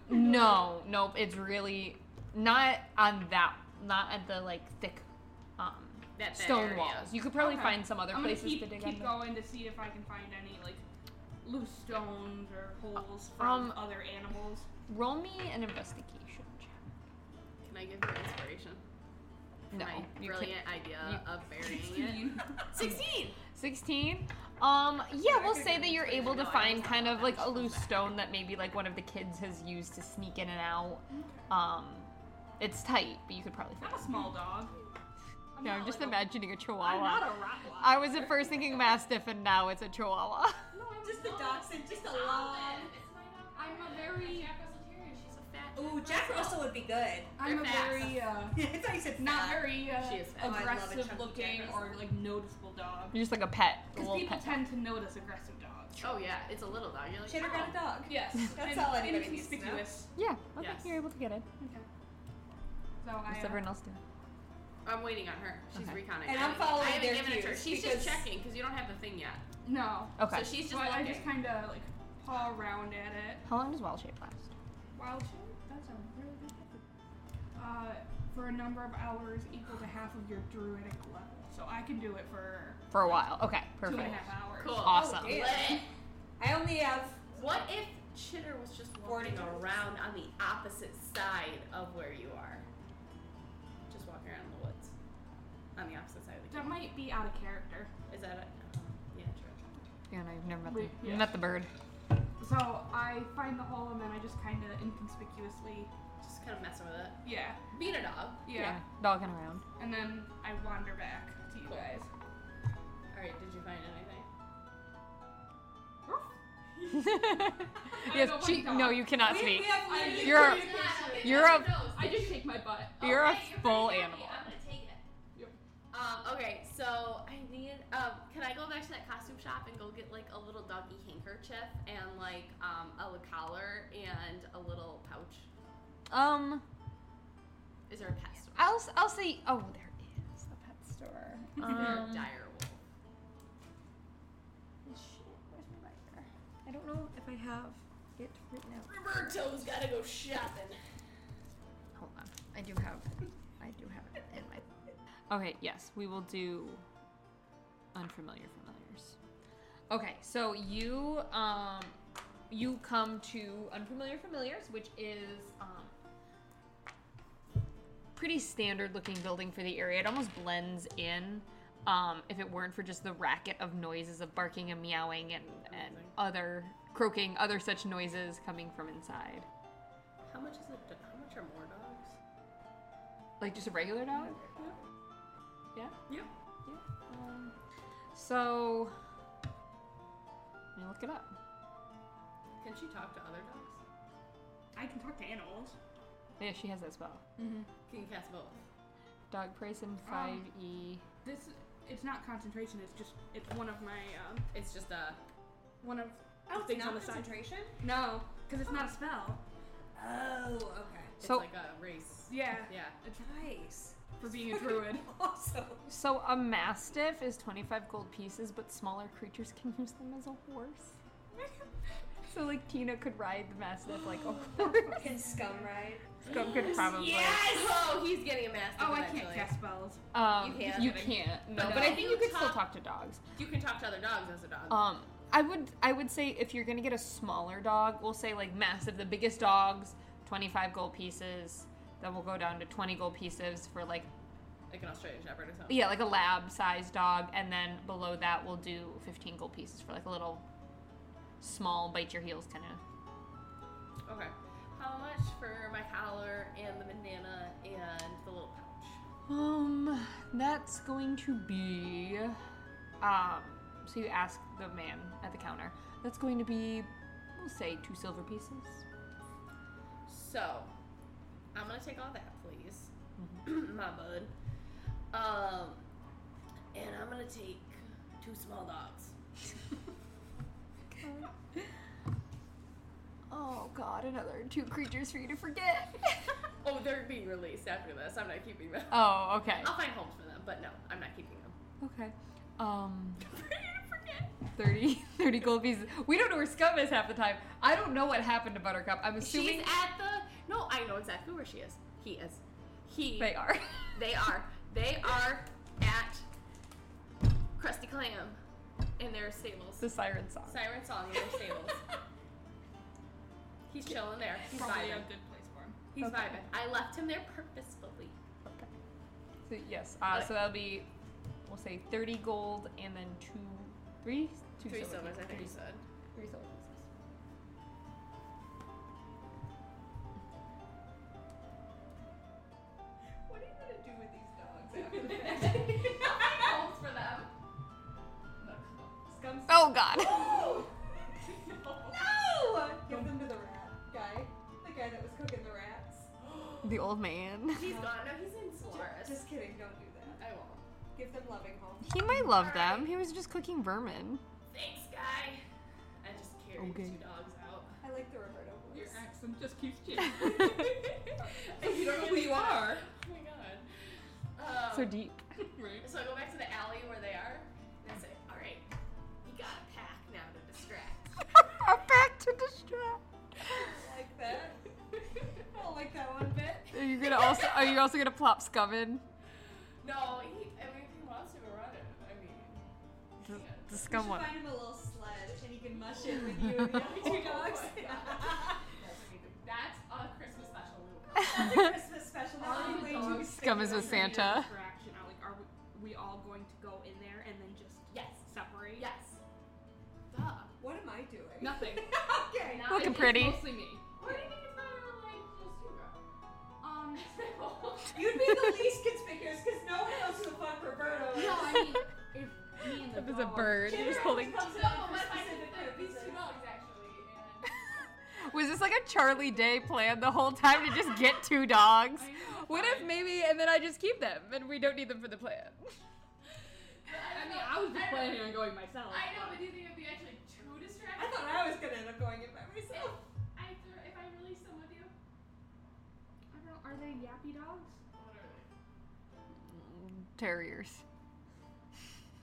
Um. No. Nope. It's really not on that. Not at the like thick. Um. That, that Stone area. walls. You could probably Okay. find some other I'm gonna places keep, to dig keep under. going to see if I can find any like loose stones or holes Um, from other animals. Roll me an investigation check. Can I give her inspiration? for No, My you can't. brilliant idea you- of burying it. Sixteen. 16 um yeah I we'll could've say given that you're it to able you. to No, I find just kind thought of that like a was loose back. stone that maybe like one of the kids has used to sneak in and out um it's tight but you could probably find I'm a small dog. I'm no not, i'm just like, a- imagining a I'm not a chihuahua Rottweiler. i was at first thinking mastiff and now it's a chihuahua No, I'm Just the not. dachshund, just a long. Olive. It's my dog. I'm a Olive. very- Jack Russell Terrier. She's a fat. Ooh, Jack Russell would be good. I'm a They're fast. very uh, I thought you said not fat. very uh, She is fat. Oh, I love a aggressive chunky looking Jack or like noticeable dog. you're just like a pet a Because little people pet tend to notice aggressive dogs. Oh yeah, it's a little dog. You're like, Chitter oh. got a dog. Yes, That's and all anybody needs to know. inconspicuous. yeah okay Yes. you're able to get it So I. what's Uh, everyone else doing I'm waiting on her. She's Okay. reconning. And I I'm haven't- following I haven't their given it to her. cues She's because- just checking because you don't have the thing yet. no. okay So she's just So I, I looking. just kind of like paw around at it. how long does wild shape last Wild shape? That's a really good Uh, for a number of hours equal to half of your druidic level. So I can do it for for a while okay two and a perfect half hours. Cool. awesome Oh, Lit. damn. I only have. What if Chitter was just walking around on the opposite side of where you are? Just walking around in the woods. On the opposite side of the That might be out of character. Is that a. Yeah, true. yeah no you've never met, Wait, the, yeah. met the bird So I find the hole and then I just kind of inconspicuously, Just kind of messing with it. yeah, Being a dog. yeah, Dogging around. and then I wander back to you Cool. guys. Alright, did you find anything? yes, know she, my no, dog. you cannot We- speak. we have limited You're a- communication. You're a I just shake my butt. you're a Hey, you're full pretty happy. animal. I'm gonna take it. Um, okay, so I need. Um, can I go back to that costume shop and go get like a little doggy handkerchief and like um, a little collar and a little pouch? Um, Is there a pet store? I'll s- I'll say. Oh, there is the pet store. Is there a Um, dire wolf? where's my lighter? I don't know if I have it written out. Roberto's gotta go shopping. Hold on. I do have I do have it in my Okay, yes, we will do unfamiliar familiars. Okay, so you um you come to unfamiliar familiars, which is um pretty standard looking building for the area. It almost blends in. Um, if it weren't for just the racket of noises of barking and meowing and, and other croaking, other such noises coming from inside. How much is it? How much are more dogs? Like just a regular dog? Yeah? Yeah. Yeah. Um, so, let me look it up. Can she talk to other dogs? I can talk to animals. Yeah, she has that spell. Can you cast both? Dog Prison 5e. This it's not concentration. It's just it's one of my um, It's just a. one of Oh, the it's things on not the side. concentration? No, because it's not a spell. Oh, okay. It's So- like a race. Yeah, Yeah. Nice. for being a druid. Awesome. So, a mastiff is 25 gold pieces, but smaller creatures can use them as a horse. so, like, Tina could ride the mastiff like a horse. Fucking scum, right? Scum could probably. Oh, he's getting a master. Oh, I eventually. can't cast spells. Um, You can't. You can't. No, but I think you could still talk to dogs. You can talk to other dogs as a dog. Um, I would I would say if you're gonna get a smaller dog, we'll say like massive, the biggest dogs, 25 gold pieces. Then we'll go down to 20 gold pieces for like like an Australian Shepherd or something. yeah, like a lab sized dog, and then below that we'll do 15 gold pieces for like a little small bite your heels kind of. Okay. How much for my collar and the bandana and the little pouch? Um, that's going to be um. So you ask the man at the counter. That's going to be we'll say two silver pieces. So, I'm gonna take all that, please, Mm-hmm. my bud. Um, and I'm gonna take two small dogs. Oh God, another two creatures for you to forget. Oh, they're being released after this. I'm not keeping them. oh, okay. I'll find homes for them, but no, I'm not keeping them. Okay. Um, Forget. 30, 30 gold pieces. We don't know where Scum is half the time. I don't know what happened to Buttercup. I'm She's assuming at the. No, I know exactly where she is. He is. He. they are. They are. They are at Krusty Clam in their stables. the siren song. Siren Song in their stables. He's chilling there. He's Probably vibing. a good place for him. He's Okay. vibing. I left him there purposefully. So, yes. Uh, so that'll be, we'll say 30 gold and then two, three, two Three silver silvers, I pieces. think you said. Three, three silver pieces. What are you gonna do with these dogs after this? homes for them. Oh God. No! Give them to the rat guy. The guy that was cooking the rats. the old man. He's gone. No, he's in Solaris. Just kidding, don't do that. I won't. Give them loving home. He might love them. He was just cooking vermin. Thanks, guy. I just carried Okay. two dogs out. I like the Roberto Your voice. accent just keeps changing. And you don't know who you are. Oh my god. Um, So deep. right. So I go back to the alley where they are, and I say, "All right, you got a pack now to distract." I'm back to distract. I like that. I don't like that one bit. Are you gonna also? Are you also gonna plop Scum in? No, he, I mean, if he wants to go run it, I mean, The, Yeah. the You Scum should one. find him a little sled and he can mush in with you and the Oh other two dogs. Oh that's a Christmas special. Luke. That's a Christmas special. That's All the way too Oh, dogs- Scum is with expensive. Santa. Interaction. Are, like, are we, we all going to go in there and then just Yes. separate? Yes. Duh. What am I doing? Nothing. okay. Looking it's pretty. Mostly me. Why do you think it's not ever like just you guys? Um, You'd be the least conspicuous because no one knows who the fuck Roberto is. no, I mean, if me and If the it's a dog- bird, Kinder you're just holding. always comes in no, for but my specific favorite these two purposes. dogs actually. And Was this like a Charlie Day plan the whole time to just get two dogs? What if maybe, and then I just keep them and we don't need them for the plan? I mean, I was just I planning on going myself. I know, but do you think it would be actually too distracting? I thought I was gonna end up going in by myself. I throw, if I release them with you, I don't know. Are they yappy dogs? what are they? Terriers.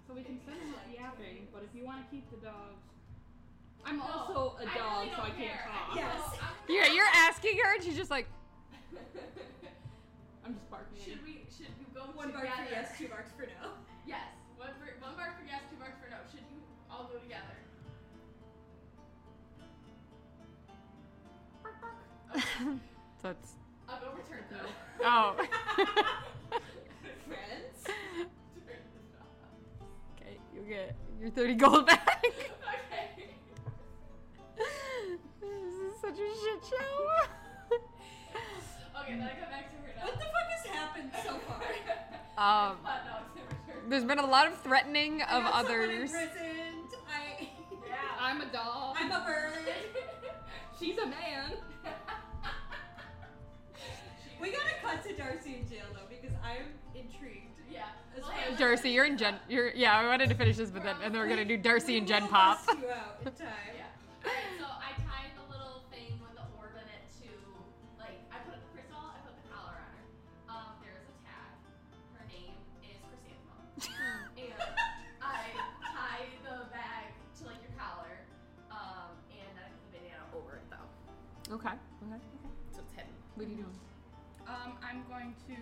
So we can send them with yapping, but if you want to keep the dogs, I'm No, also a I dog, really so I don't can't care. talk. I Yes. know, I'm- Yeah, you're asking her, and she's just like, I'm just barking. at Should we? Should you go One together? mark for yes, two marks for no. Yes. One, for, one mark for yes, two marks for no. Should you all go together? that's I'll go return though. oh. Friends? okay, you'll get your thirty gold back. okay. this is such a shit show. Okay, then I go back to her now. What the fuck has happened so far? um, But no, it's never true. there's been a lot of threatening I of got someone others. imprisoned. I. you. I'm a dog. I'm a bird. She's a man. We gotta cut to Darcy in jail though because I'm intrigued. yeah. That's Well, fine. hey, Darcy, you're in Gen. You're yeah. I wanted to finish this, but then and then we're gonna do Darcy and We Gen will Pop. bust You out in time. Yeah. Alright, so I tied the little thing with the orb in it to, like, I put, first of all, I put the collar on her. Um, there's a tag. Her name is Chrysanthemum. and I tie the bag to, like, your collar. Um, and then I put the bandana over it, though. Okay. So it's hidden. What are you doing? Um, I'm going to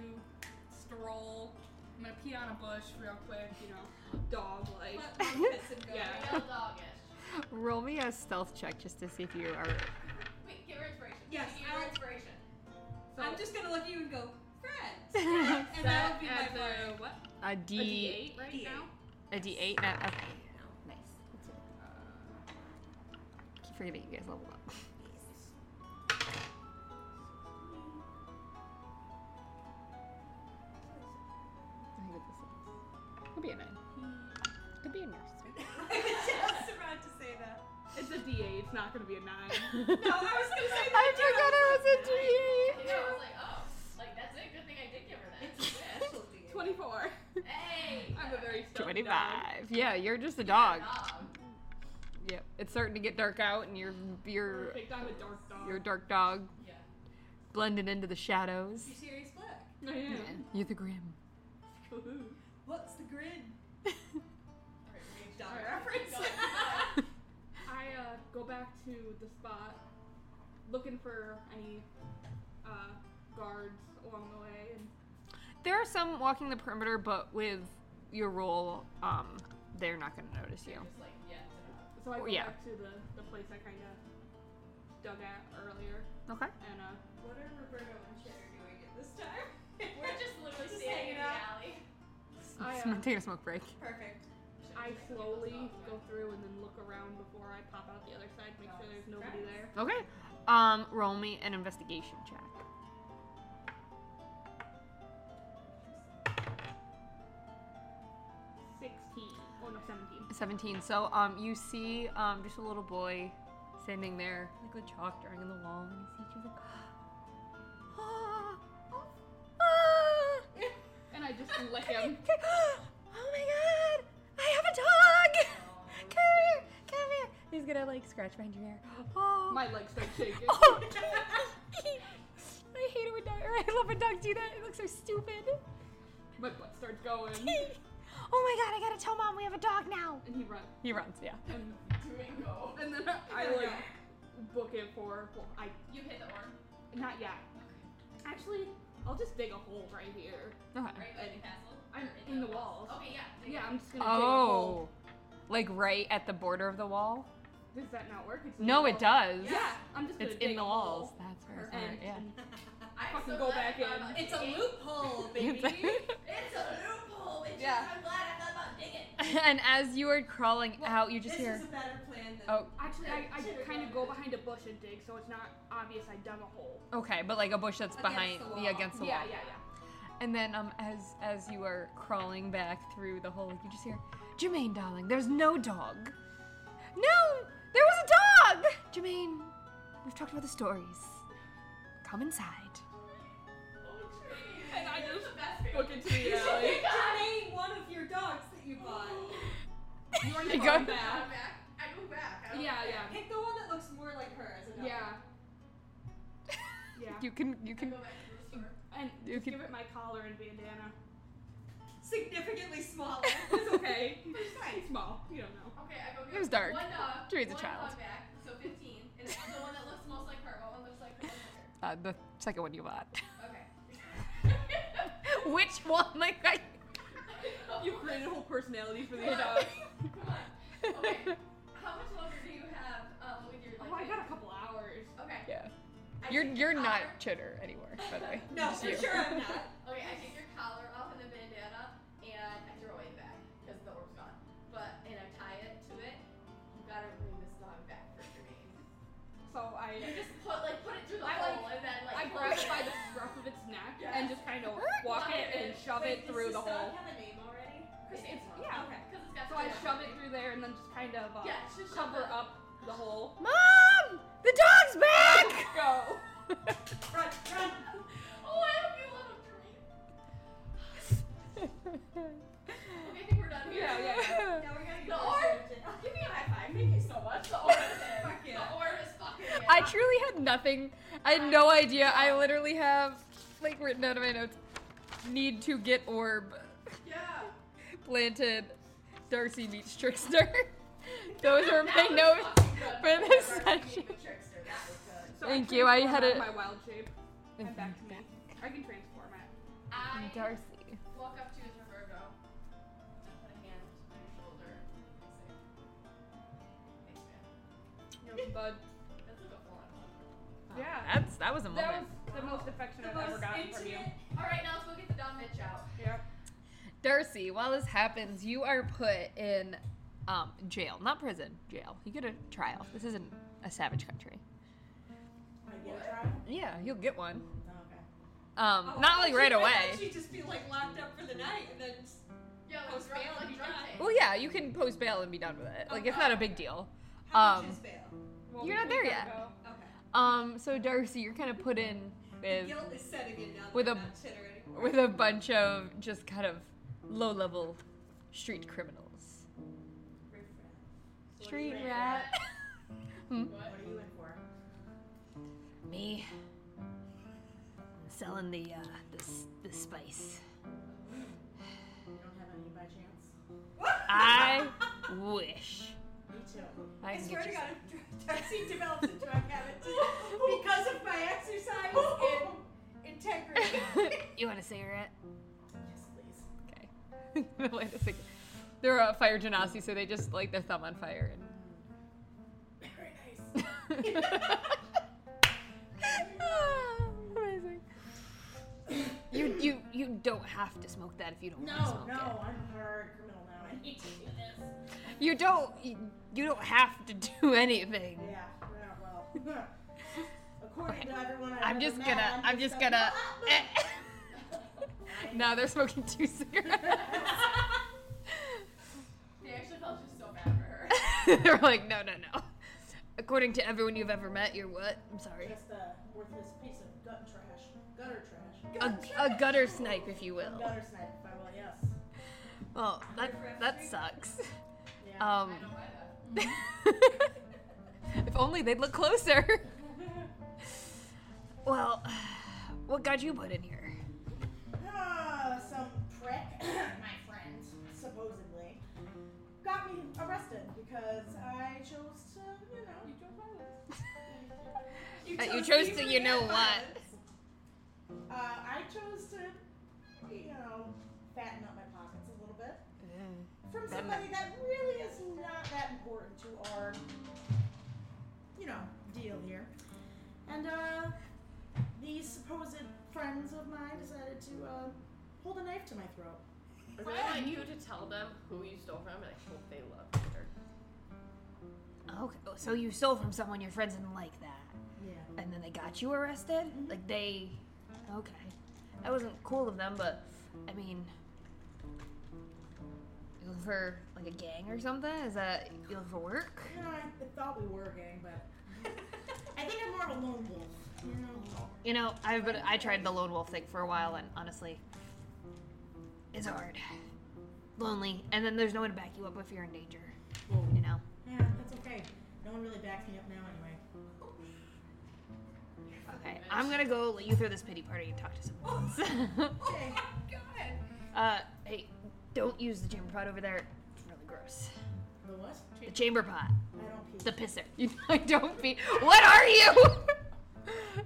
stroll. I'm gonna pee on a bush real quick, you know, dog like. Let Mom piss and go. Yeah. Real dogish. Roll me a stealth check just to see if you are. Wait, give her inspiration. Yes, Give her I'll- inspiration. So I'm just gonna look at you and go, friends. and that that would be my at part. the what? A A D D8 right D8. now. a D eight. Not, okay. Nice. That's it. Keep forgetting you guys leveled up. I think what this is. Could be a nine. Could be a nurse. I was just about to say that. It's a D8. It's not gonna be a nine. No, I was gonna say I that. too. forgot it was a D You eight. know, I was like, oh, like, that's it. Good thing I did give her that. Specialty. Twenty-four. hey! I'm a very stealthy Twenty dog. five. Yeah, you're just a dog. Dog. Yep. It's starting to get dark out, and you're you're Perfect. I'm a dark dog. you're a dark dog Yeah. blending into the shadows. You serious black? I am. You're the grim. What's the grid? Alright, we're gonna Dumb Alright, reference. I uh, go back to the spot looking for any uh, guards along the way. And There are some walking the perimeter, but with your roll, um, they're not going to notice you. Just like, yeah, it's so I enough. go Yeah. back to the, the place I kind of dug at earlier. Okay. And uh, what are Roberto and Cheddar doing at this time? We're just literally Just hanging standing in the out. alley. I, Sm- uh, Take a smoke break. perfect. I slowly go through and then look around before I pop out the other side, make sure there's nobody there. Okay. Um, roll me an investigation check. Sixteen. Oh no, seventeen. 17. So, um, you see, um, just a little boy standing there, like with chalk drawing on the wall, and he sees you he's like, ah, ah, And I just lick him. oh my god, I have a dog! Come here, come here. He's gonna like scratch behind your hair. Oh. My legs start shaking. Oh, I hate it when dogs, or I love when dogs do that. It looks so stupid. My butt starts going. oh my god, I gotta tell mom we have a dog now. And he runs. He runs, yeah. And Duingo. And then I like book it for. Well, I You hit the orb. not yet. Actually, I'll just dig a hole right here. Right by the castle? I'm Or in the walls. Okay, yeah. Oh, there you Yeah, go. I'm just gonna dig a Oh, hole. like right at the border of the wall? Does that not work? It's in No, the it walls. does. Yeah, I'm just gonna It's dig in the a walls. hole. That's where it's And, at, yeah. and I'm fucking so go back glad I thought in. about It's a digging. loophole, baby. It's like- It's a loophole, bitch. Yeah. I'm glad I thought about and as you are crawling out, you just this hear. is a better plan than. Oh, Actually, I, I kind of go behind a bush and dig, so it's not obvious I dug a hole. okay, but like a bush that's Against behind, the yeah, wall. against the yeah, wall. yeah, yeah. And then, um, as as you are crawling back through the hole, you just hear, Jermaine, darling, there's no dog. No, there was a dog. Jermaine, we've talked about the stories. Come inside. And I just look into the alley. Name one of your dogs that you bought. You are You going go- back. I go back. I don't- Yeah, yeah, Pick the one that looks more like her as a dog. yeah. Yeah. You can you I can go back to the store. And You just can- give it my collar and bandana. Significantly smaller. It's okay. Right. It's small. You don't know. Okay, I go get It was dark. One dog, Jermaine's a one child. dog back, so 15. And the one that looks most like her. What one looks like her? One uh, the second one you bought. looks like her. Which one? Like I. Okay. You created a whole personality for these dogs. Come on. Okay. How much longer do you have um, with your like? Oh, I got a couple hours. Okay. Yeah. I You're take you're your not collar- chitter anymore, by the way. No, Just for you. sure I'm not. Okay, I take your collar off and the bandana, and I throw it back because the orb's gone. But and I tie it to it. You gotta bring this dog back for your name. So I, You just put like put it through the I, like- hole and then like. I pull grab it it by the scruff of its neck Yeah. and just kind of walk it and shove Wait, it does through this the dog hole. have a name already? Christine's mom. yeah. Okay. Because it's got. So I shove it through there and then just kind of uh, Yeah, it's just shove cover it. up the hole. Mom, the dog's back. Go. Run, run. Oh, I hope you love a dream. Okay, I think we're done here. Yeah, yeah. Now we're gonna The go. orb. Give me a high five. Thank you so much. The orb is there. Fuck yeah. The orb is fucking there. I truly had nothing. I had no idea. I literally have like written out of my notes. Need to get orb Yeah. planted. Darcy meets trickster. Those are my That was notes. fucking good. for Orb this is session. the trickster. That was good. So Thank I you, I transform had out a- of my wild shape. I'm back to me. I can transform it. I Darcy. walk up to his Roberto. I put a hand on his shoulder. and I say, Thanks, man. But That's like a full-on hug. yeah, That's that was a that was moment. the most affection The I've most ever gotten from you. intimate- All right, now let's go get the dumb bitch out. Yeah. Darcy, while this happens, you are put in um, jail, not prison, jail. You get a trial. This isn't a savage country. I get a try. Yeah, you'll get one. Okay. Um, Oh, not like right I thought away. She'd just be like locked up for the night and then. Just, Yeah, Post let's drug, bail like and drug die. take. Well, yeah, you can post bail and be done with it. Like it's not a big deal. how Um, much is bail? Well, You're we not there gotta yet. go. Okay. Um, so Darcy, you're kind of put in with Guilt is setting in now. that with I'm a- not chitter anymore. with a bunch of just kind of low-level street criminals. Street rat. Hmm? What are you in for? Me. I'm selling the uh, the s- the spice. You don't have any by chance? I wish Me too. I, I can swear get to you God, if dr- Darcy develops a drug habit just because of my exercise and integrity. you want a cigarette? Yes, please. Okay. Wait a second. They're a fire genasi, so they just light their thumb on fire. Very nice. And... Ah, amazing. You you you don't have to smoke that if you don't want to No, smoke no, I'm a hard criminal now. I need to do this. it. You don't you, you don't have to do anything. Yeah, yeah, well. According to everyone I've I'm ever just met, gonna I'm just gonna. eh. now they're smoking two cigarettes. They actually felt just so bad for her. Oh, They're like, no, no, no. According to everyone you've ever met, you're what? I'm sorry. Just a worthless piece of gut trash. Gutter trash. A, a gutter snipe, if you will. Gutter snipe, if I will, yes. Oh, Well, that that sucks. Yeah. Um, I don't buy that. if only they'd look closer. Well, what got you put in here? Ah, some prick, my friend, supposedly, got me arrested because I chose to, you know, you chose violence. Uh, you chose to, you know what? Uh, I chose to, you know, fatten up my pockets a little bit from Fatten somebody that really is not that important to our, you know, deal here. And uh, these supposed friends of mine decided to uh, hold a knife to my throat. Or do I want you to tell them who you stole from, and I hope they love Twitter. Okay, oh, so you stole from someone your friends didn't like that, Yeah. and then they got you arrested. Mm-hmm. Like they, okay, that wasn't cool of them, but I mean, you look for like a gang or something? Is that you look for work? You know, I thought we were a gang, but I think I'm more of a lone wolf. You know, You know, I've been I tried the lone wolf thing for a while, and honestly, it's hard, lonely, and then there's no one to back you up if you're in danger. You know. yeah, that's okay. No one really backs me up now, anyway. Okay, I'm gonna go let you throw this pity party and talk to someone. else. Okay. uh, hey, don't use the chamber pot over there. It's really gross. The what? The chamber pot. I don't The pee. pisser. You I don't pee. What are you?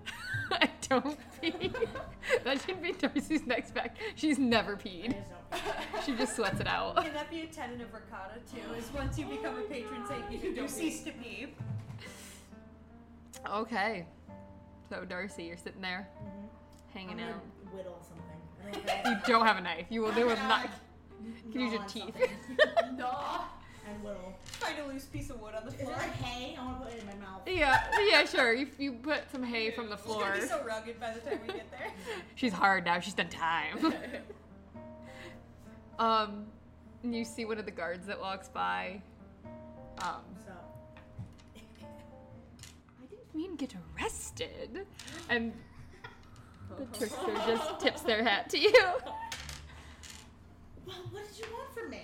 I don't pee. That should be Darcy's next fact. She's never I peed. just don't pee. She just sweats it out. Can that be a tenet of Ricotta too? Is once you become a patron saint, you do cease to be. Okay. So Darcy, you're sitting there, I'm hanging gonna out. whittle something. I think You I don't have a knife. You will. They will not. gnaw Can you use your on teeth? something And whittle. Find a loose piece of wood on the Is floor. there like hay? I want to put it in my mouth. yeah. Yeah. Sure. You, you put some hay from the It's gonna floor. be so rugged by the time we get there. She's hard now. She's done time. um, and you see one of the guards that walks by. Um, So, I didn't mean get arrested. And the trickster just tips their hat to you. well, what did you want from me?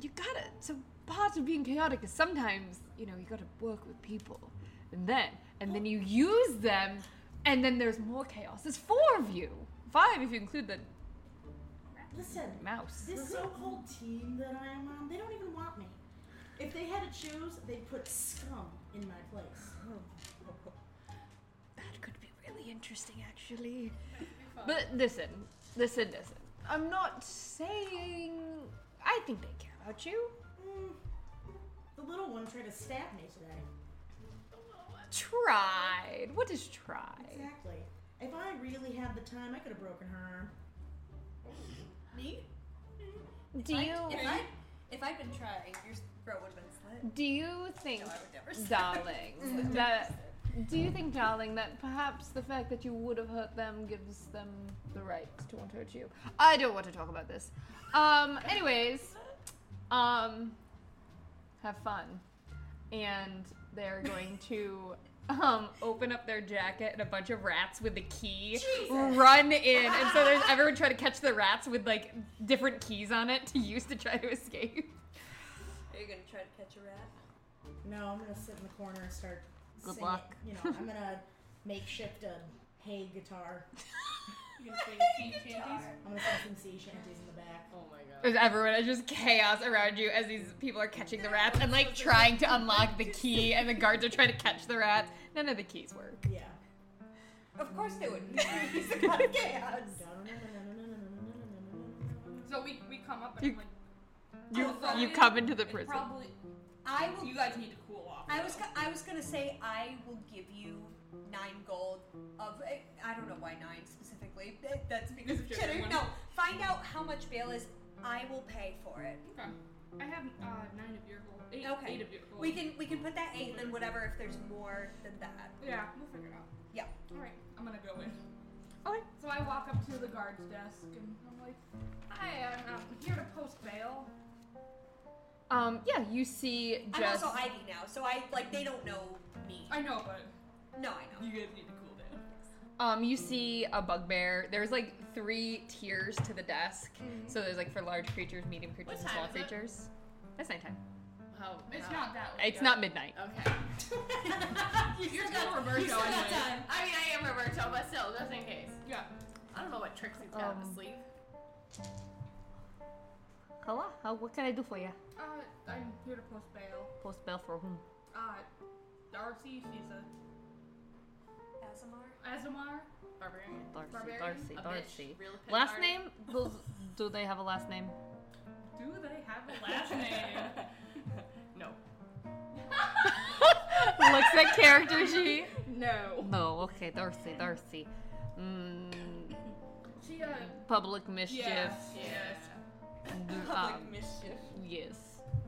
You gotta. So part of being chaotic is sometimes you know you gotta work with people, and then and then you use them, and then there's more chaos. There's four of you, five if you include the Listen, mouse. This so-called team that I am on, they don't even want me. If they had to choose, they'd put scum in my place. That could be really interesting, actually. But listen, listen, listen. I'm not saying. I think they care about you. Mm. The little one tried to stab me today. Tried. What is tried? Exactly. If I really had the time, I could have broken her arm. Me? Do you If I if I'd been trying, your throat would have been slit. do you think, No, I would never. Stop. darling, that do you think, darling, that perhaps the fact that you would have hurt them gives them the right to want to hurt you? I don't want to talk about this. Um. Anyways, um, have fun. and they're going to um, open up their jacket and a bunch of rats with the key run in and so there's everyone trying to catch the rats with like different keys on it to use to try to escape Are you gonna try to catch a rat? No, I'm gonna sit in the corner and start. Good singing. luck. You know, I'm gonna makeshift a hay guitar. You can sing sea shanties. I'm gonna sing some sea shanties in the back. Oh my god. there's everyone it's just chaos around you as these people are catching the rats and like trying to unlock the key and the guards are trying to catch the rats none of the keys work Yeah. Of course they wouldn't. He's the god of chaos. So we, we come up You- and I'm like, you, "Oh, you sorry, come into the it's prison Probably, I will. you guys need to cool off. I was. go- I was gonna say I will give you nine gold of. I- I don't know why nine specifically. That- That's because of Because cheddar. everyone- No, find out how much bail is. I will pay for it. Okay. I have uh, nine of your gold. Eight, Okay. eight of your gold. We can we can put that eight and then whatever if there's more than that. Yeah, we'll figure it out. Yeah. All right, I'm gonna go in. Okay. So I walk up to the guard's desk and I'm like, "Hi, I'm, um here to post bail." um yeah you see I'm just also Ivy now, so I like they don't know me. I know, but No, I know. you guys need to cool down. Um, you see a bugbear. There's like three tiers to the desk. So there's like for large creatures, medium creatures, and Mm-hmm. time small is it? creatures. That's nighttime. How? It's how- not that. It's not midnight. Okay. You're still Roberto. anyway. I mean, I am Roberto, but still, just in case. Yeah. I don't know what tricks he's got up Um, his sleeve. Hello. How, what can I do for you? Uh, I'm here to post bail. Post bell for whom? Uh, Darcy, she's a Asimar. Azamar. Barbarian. Darcy. Barbarian? Darcy. A Darcy. bitch. Real pit Last party. name? Those, do they have a last name? Do they have a last name? no. Looks at character sheet. no. No. Okay. Darcy. Darcy. Mm, She uh. public mischief. Yeah. Yes. Public Um, mischief. Yes.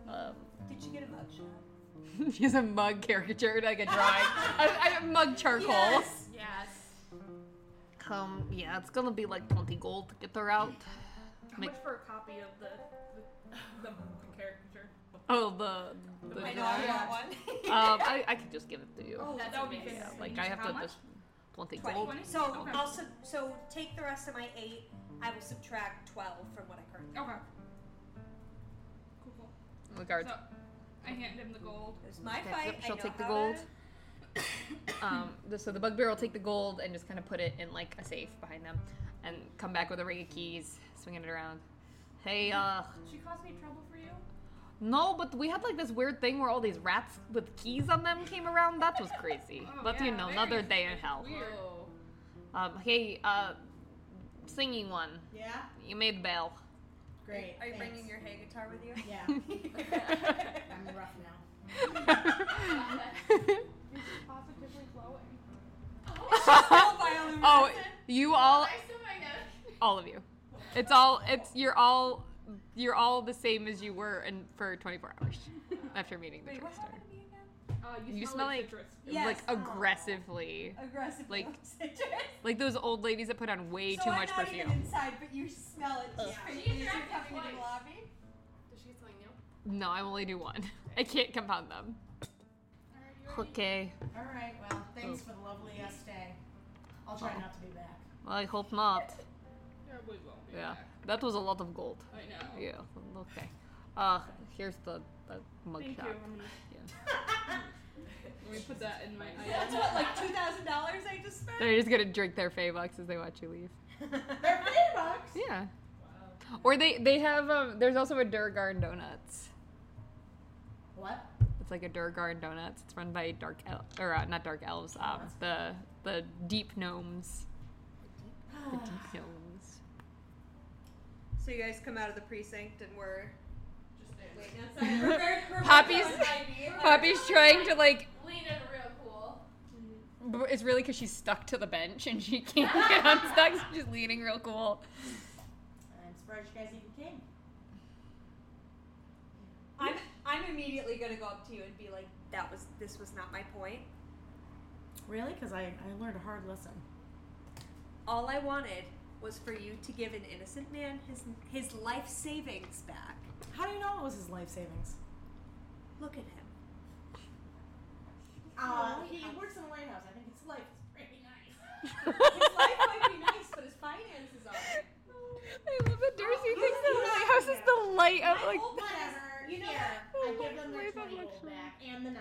Um, Did you get a mugshot? she has a mug caricatured, like a drawing, a, a mug charcoal. Yes. Um, yeah, it's gonna be like 20 gold to get her out. How Make- much for a copy of the the, the, the caricature? Oh, the. the I um, know I got one. I, I could just give it to you. Oh, that would be yeah, fantastic. like I have How to much? just 20 Twenty. gold. Twenty? So Okay. I'll sub- so take the rest of my eight. I will subtract twelve from what I currently. Okay. Cool. cool. Regards. So I hand him the gold. It's my Okay, fight. yep, she'll I know take the how gold. to- Um, the, so the bugbear will take the gold and just kind of put it in like a safe behind them, and come back with a ring of keys, swinging it around. Hey, uh, She caused any trouble for you? no, but we had like this weird thing where all these rats with keys on them came around. That was crazy. Oh, but you yeah, know, very another day in hell. Weird. Oh, Um, hey, uh, singing one, Yeah? you made bail. Great. Are you thanks. bringing your hay guitar with you? Yeah, I'm rough now. It's positively glowing. oh, you all, I still might have. all of you. It's all. It's you're all. You're all the same as you were in, for 24 hours after meeting the Wait, what trickster. happened to me again? Uh, you, You smell, smell like like- citrus. Like Yes. Oh. aggressively, Aggressive. Like- way like those old ladies that put on way so too I'm much not perfume. Even inside, but you smell it. Ugh. straight She as you're interacted coming into the twice. lobby. Does she get something new? No, I only do one. I can't compound them. Okay. All right, well, thanks for the lovely yes day. I'll try not to be back. Well, I hope not. Yeah, we won't be Yeah, back. that was a lot of gold. I Oh. know. Yeah. Okay. Uh, here's the, the Thank mugshot. you. I'm gonna- Let me put that in my That's what, like two thousand dollars I just spent. They're just gonna drink their Faybucks as they watch you leave. They're Paybox! Yeah. Or they they have um. There's also a Durgarn Donuts. What? It's like a Durgarn Donuts. It's run by dark el- or uh, not dark elves. Um, the the deep gnomes. The deep gnomes. So you guys come out of the precinct and we're Just there. waiting outside. We're very, we're both Poppy's- on ID. We're Poppy's trying to like. Lean in real cool. b- It's really because she's stuck to the bench and she can't get unstuck. so She's leaning real cool. I'm surprised you guys even came. I'm I'm immediately gonna go up to you and be like, that was this was not my point. Really? Because I, I learned a hard lesson. All I wanted was for you to give an innocent man his his life savings back. How do you know it was his life savings? Look at him. Uh, he works in a lighthouse. I think his life is pretty nice. His life might be nice, but his finances aren't. Oh, I love that Darcy thinks the lighthouse is the light of like. whole Whatever. You know Oh what? I my give them their life, I'm 20 gold luxury. back and the 9.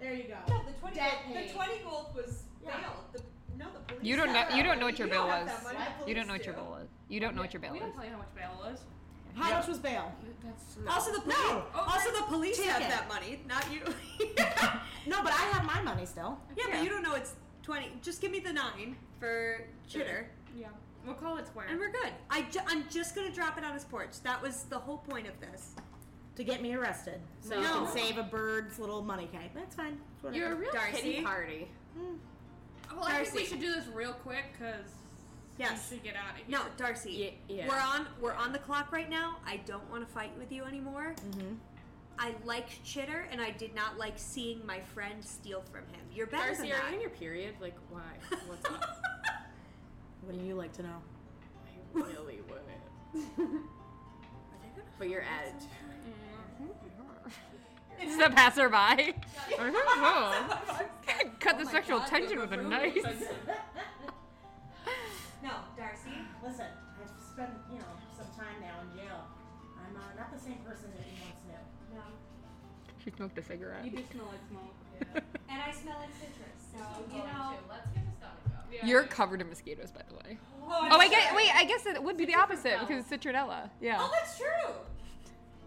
There you go. No, the twenty Debt gold, paid. the twenty gold was Yeah. bailed. The, no, the police. You don't know. have You that don't know money. what your You bill don't have was. that money. Why You don't know Police what your do. bill was. You don't know what your bill We is. don't tell you how much bail is. How much was bail? That's Also, the police. No. Also, the police Take have it. that money, not you. No, but I have my money still. Yeah, Yeah. but you don't know it's 20. Just give me the 9 for chitter, yeah. We'll call it square. and we're good. I ju- I'm just going to drop it on his porch. That was the whole point of this. To get me arrested. So you No. can save a bird's little money kite. That's fine. It's whatever. You're a real Darcy. pity party. Well, I think we Darcy. should do this real quick because Yes. we should get out of here. No, Darcy. We're on we're on the clock right now. I don't want to fight with you anymore. Mm-hmm. Mhm. I like chitter, and I did not like seeing my friend steal from him. You're better Darcy, than are that. you in your period? Like, why? What's up? What do you like to know? I really wouldn't. But your attitude. It's the passerby. Cut Oh the sexual tension with a knife. no, Darcy. Listen, I've spent, you know, some time now in jail. I'm uh, not the same person that you once knew. No. She smoked a cigarette. You do smell like smoke. And I smell like citrus. Oh, So, you Going know. to. Let's get this done and go. Yeah. You're covered in mosquitoes, by the way. Oh, Oh, I get. Wait, I guess it would be the opposite because it's citronella. Yeah. Oh, that's true.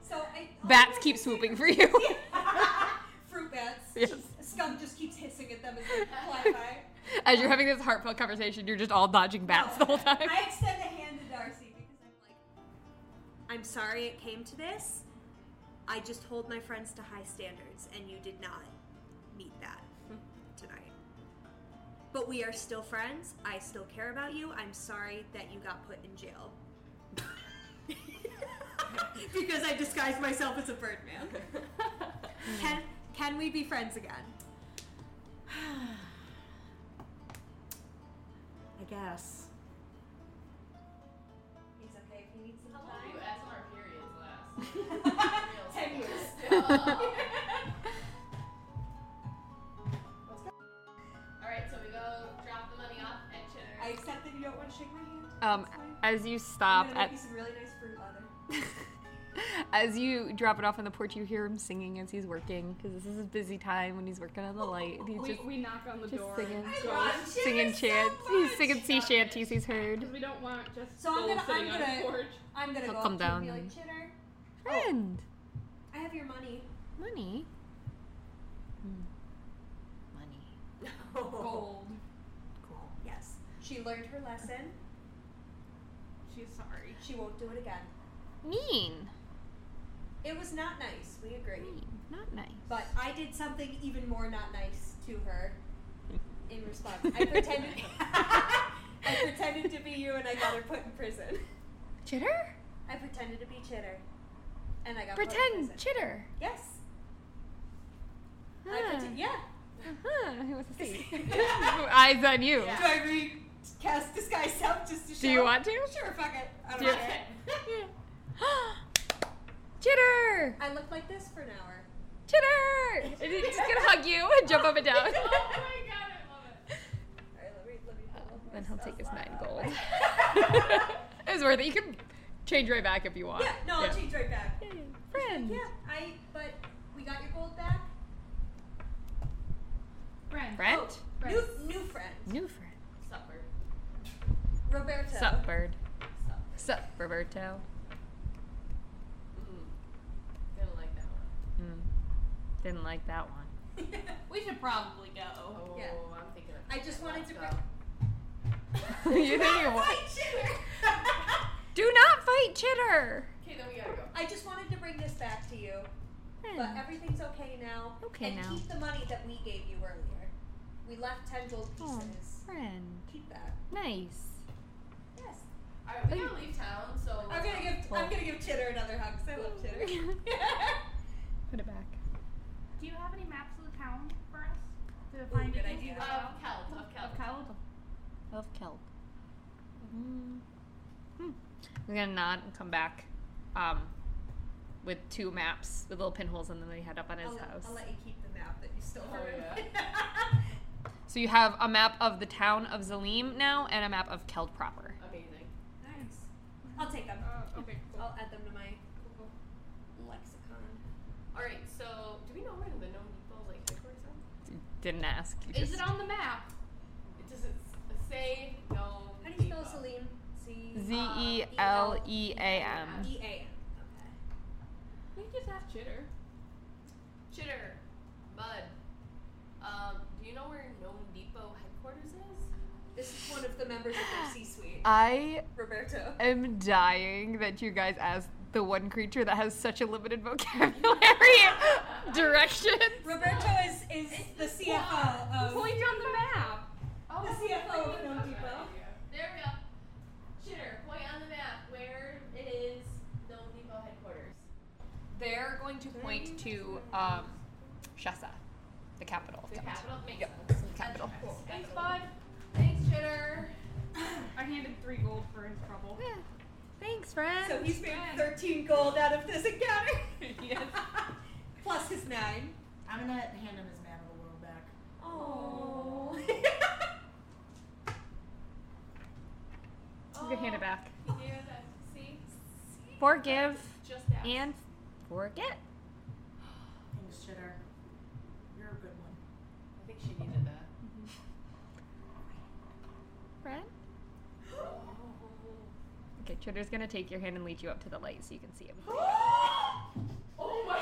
So I, oh, Bats that's keep the swooping secret. for you. Fruit bats. Yes. Just- Skunk just keeps hissing at them as they fly by. As you're having this heartfelt conversation, you're just all dodging bats the whole time. I extend a hand to Darcy because I'm like, I'm sorry it came to this. I just hold my friends to high standards, and you did not meet that tonight. But we are still friends. I still care about you. I'm sorry that you got put in jail. because I disguised myself as a Birdman. can can we be friends again? I guess. It's okay if you need some How long time. do SMR periods last? Ten years. Alright, so we go drop the money off at Chitter. I accept that you don't want to shake my hand. Um, That's fine. as you I'm stop gonna make at, you some really nice fruit leather. as you drop it off on the porch, you hear him singing as he's working because this is his busy time when he's working on the light. and He's Oh, We, just, we knock on the just door. singing, and go, love singing chickens so chants. he's much. singing sea shanties. He's heard. Because we don't want just So I'm Sol gonna- I'm sitting on gonna- the porch. I'm gonna He'll go come up to you and be down like, and- Chitter, oh. Friend, I have your money. money, Hmm. money. Gold. Yes. She learned her lesson. She's sorry. She won't do it again. Mean. It was not nice. We agree. Mean. Not nice. But I did something even more not nice to her in response. I pretended I pretended to be you and I got her put in prison. Chitter? I pretended to be Chitter. And I got put in Pretend prison. chitter. yes. I Ah. pretend- yeah. Uh-huh. Who wants to see? Eyes on you. Do I recast disguise self just to show? Do you want to? Sure, fuck it. I Do don't you- care. chitter! I look like this for an hour. Chitter! And he's just gonna hug you and jump up and down. All right, let me let me. put one more Then he'll take spell his slot nine out. gold. it was worth it. You can change right back if you want. Yeah, no, I'll change right back. Yeah. Friend. Yeah, I. But we got your gold back. Friend. Friend? Oh, new new friend, New friend. Supper. Roberto. Sup, bird. Sup, Roberto. Mm. Mm. Gonna like that one. Hmm. Mm. Didn't like that one. We should probably go. Oh, Yeah. I'm thinking of I just wanted to. Let's Br- go. you think you Fight want? Chitter. Do not fight Chitter! Okay, then we gotta go. I just wanted to bring this back to you, but Friend. everything's okay now. Okay and now. keep the money that we gave you earlier. We left ten gold Oh, pieces. friend. Keep that. Nice. Yes. Alright, we gotta leave town, so. I'm gonna give I'm gonna give Chitter another hug 'cause I love Chitter. Put it back. Do you have any maps of the town for us to Ooh, find Um, good anything idea. Of about Keld, of Keld. of Cowled? Of kelp. Mm. Hmm. I'm gonna nod and come back, um, with two maps with little pinholes in them that he had up on his I'll, house. I'll let you keep the map that you stole. Oh, so you have a map of the town of Zalim now and a map of Keld proper. Amazing. nice. I'll take them. Uh, okay, cool. I'll add them to my lexicon. E Alright, so do we know where the known people like headquarters are? Didn't ask. you Is just- it on the map? It doesn't s- say no. How do you spell Salim? C Z E L E A M. E A N. Okay. We just have chitter. Chitter. Bud. Um, do you know where Gnome Depot headquarters is? This is one of the members of their C-suite, I Roberto. am dying that you guys asked the one creature that has such a limited vocabulary direction. Roberto is is the CFO of Point on the map. Oh, the CFO of Gnome Depot. There we go. Chitter, point on the map where it is Gnome Depot headquarters. They're going to point to um, Shasa, the capital of The Keld. capital makes Yep, sense. capital. Cool. Thanks, Bud. Thanks, Chitter. I handed three gold for his trouble. Yeah. Thanks, friend. So he's made 13 gold out of this encounter. Plus his nine. I'm gonna hand him his man of the world back. Oh. you can Oh, hand it back. You do that. See? Forgive Just that. and forget. Thanks, Chitter. You're a good one. I think she needed that. Friend. Okay, Chitter's gonna take your hand and lead you up to the light so you can see him. Oh my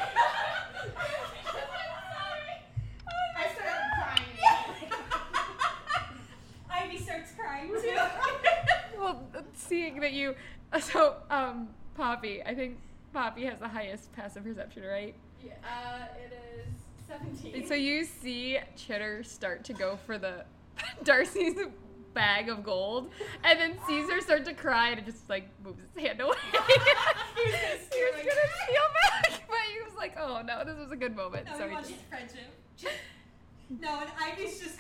I started crying. Ivy starts crying too. Well, seeing that you, so um, Poppy, I think Poppy has the highest passive perception, right? Yeah, uh, it is 17. And so you see Chitter start to go for the Darcy's bag of gold, and then sees her start to cry and it just like moves its hand away. he was gonna steal back, but he was like, "Oh no, this was a good moment." No, so he he wants just, his friendship. no, and Ivy's just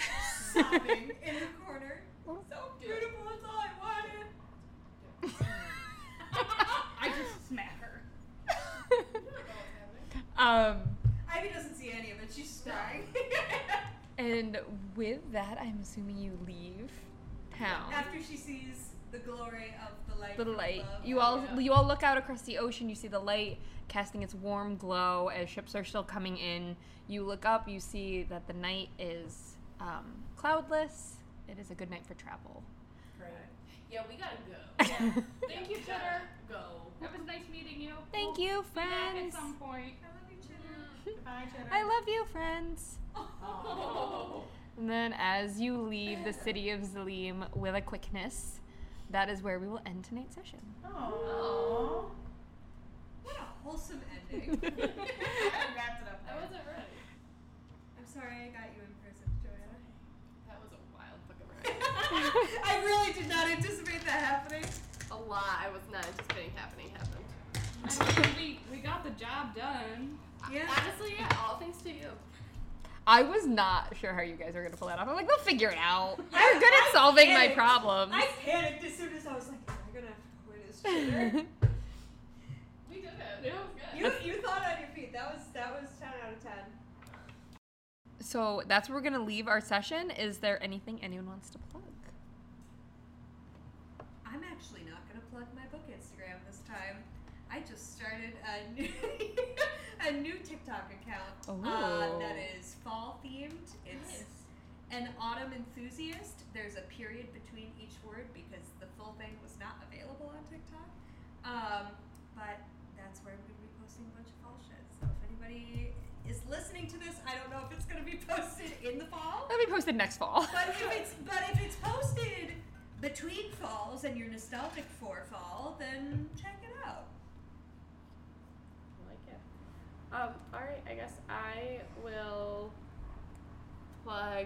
sobbing in the corner. Oh. So beautiful, it's all I wanted. I just smack her. um, Ivy doesn't see any of it. She's just crying. and with that, I'm assuming you leave town. After she sees the glory of the light. the from light. above. You all you all look out across the ocean. You see the light casting its warm glow as ships are still coming in. You look up. You see that the night is um, cloudless. It is a good night for travel. Yeah, we gotta go. Thank you, Cheddar. Gotta go. It was nice meeting you. Thank you, Be back at friends. some point. I love you, Cheddar. Goodbye, Cheddar. I love you, friends. And then, as you leave the city of Zalim with a quickness, that is where we will end tonight's session. Oh. What a wholesome ending. I wrapped it up. I wasn't ready. I'm sorry I got you in person, Joanna. That was a wild fucking I really did not anticipate that happening. ride. A lot I was not anticipating happening happened. I mean, we, we got the job done. Yeah. Honestly, yeah, all thanks to you. I was not sure how you guys were gonna pull that off. I'm like, we'll figure it out. You're good at solving my panicked. problems. I panicked as soon as I was like, am I gonna have to play this Cheddar? We did it. It was good. You, you thought on your feet. That was that was ten out of ten. So that's where we're gonna leave our session. Is there anything anyone wants to plug? I'm actually not gonna plug my book Instagram this time. I just started a new a new TikTok account uh, that Ooh. is fall themed. It's an autumn enthusiast. There's a period between each word because the full thing was not available on TikTok. Um, but that's where I'm gonna be posting a bunch of fall shit. So if anybody is listening to this, I don't know if it's gonna be posted in the fall. That'll be posted next fall. But if it's but if it's posted between falls and you're nostalgic for fall, then check it out. I like it. Um, all right, I guess I will plug.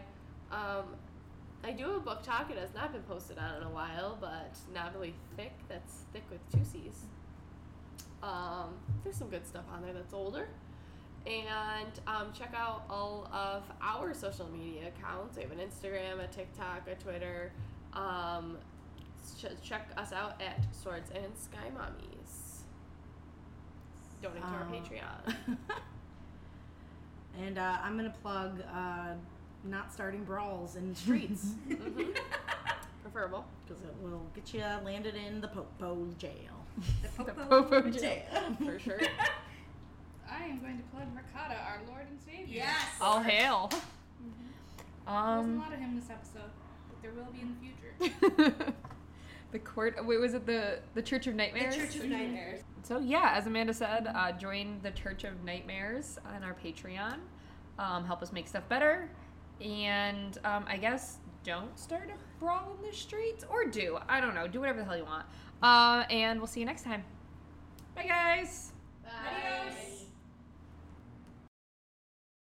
Um, I do have a book talk. It has not been posted on in a while, but novelly thick. That's thick with two C's. Um, there's some good stuff on there that's older. And um, check out all of our social media accounts. We have an Instagram, a TikTok, a Twitter. Um, ch- check us out at Swords and Sky Mommies. Donate to our Um, Patreon. and uh, I'm gonna plug uh, not starting brawls in the streets Preferable. because it will get you landed in the popo jail. The Popo Jail. Oh, for sure. I am going to plug Ricotta, our Lord and Savior. Yes. All hail. Mm-hmm. There wasn't a Um, lot of him this episode, but there will be in the future. the court. Wait, was it the the Church of The Nightmares? Church of Nightmares. So yeah, as Amanda said, uh, join the Church of Nightmares on our Patreon. Um, help us make stuff better, and um, I guess don't start a brawl in the streets, or do I don't know. Do whatever the hell you want. Uh, and we'll see you next time. Bye guys. Bye.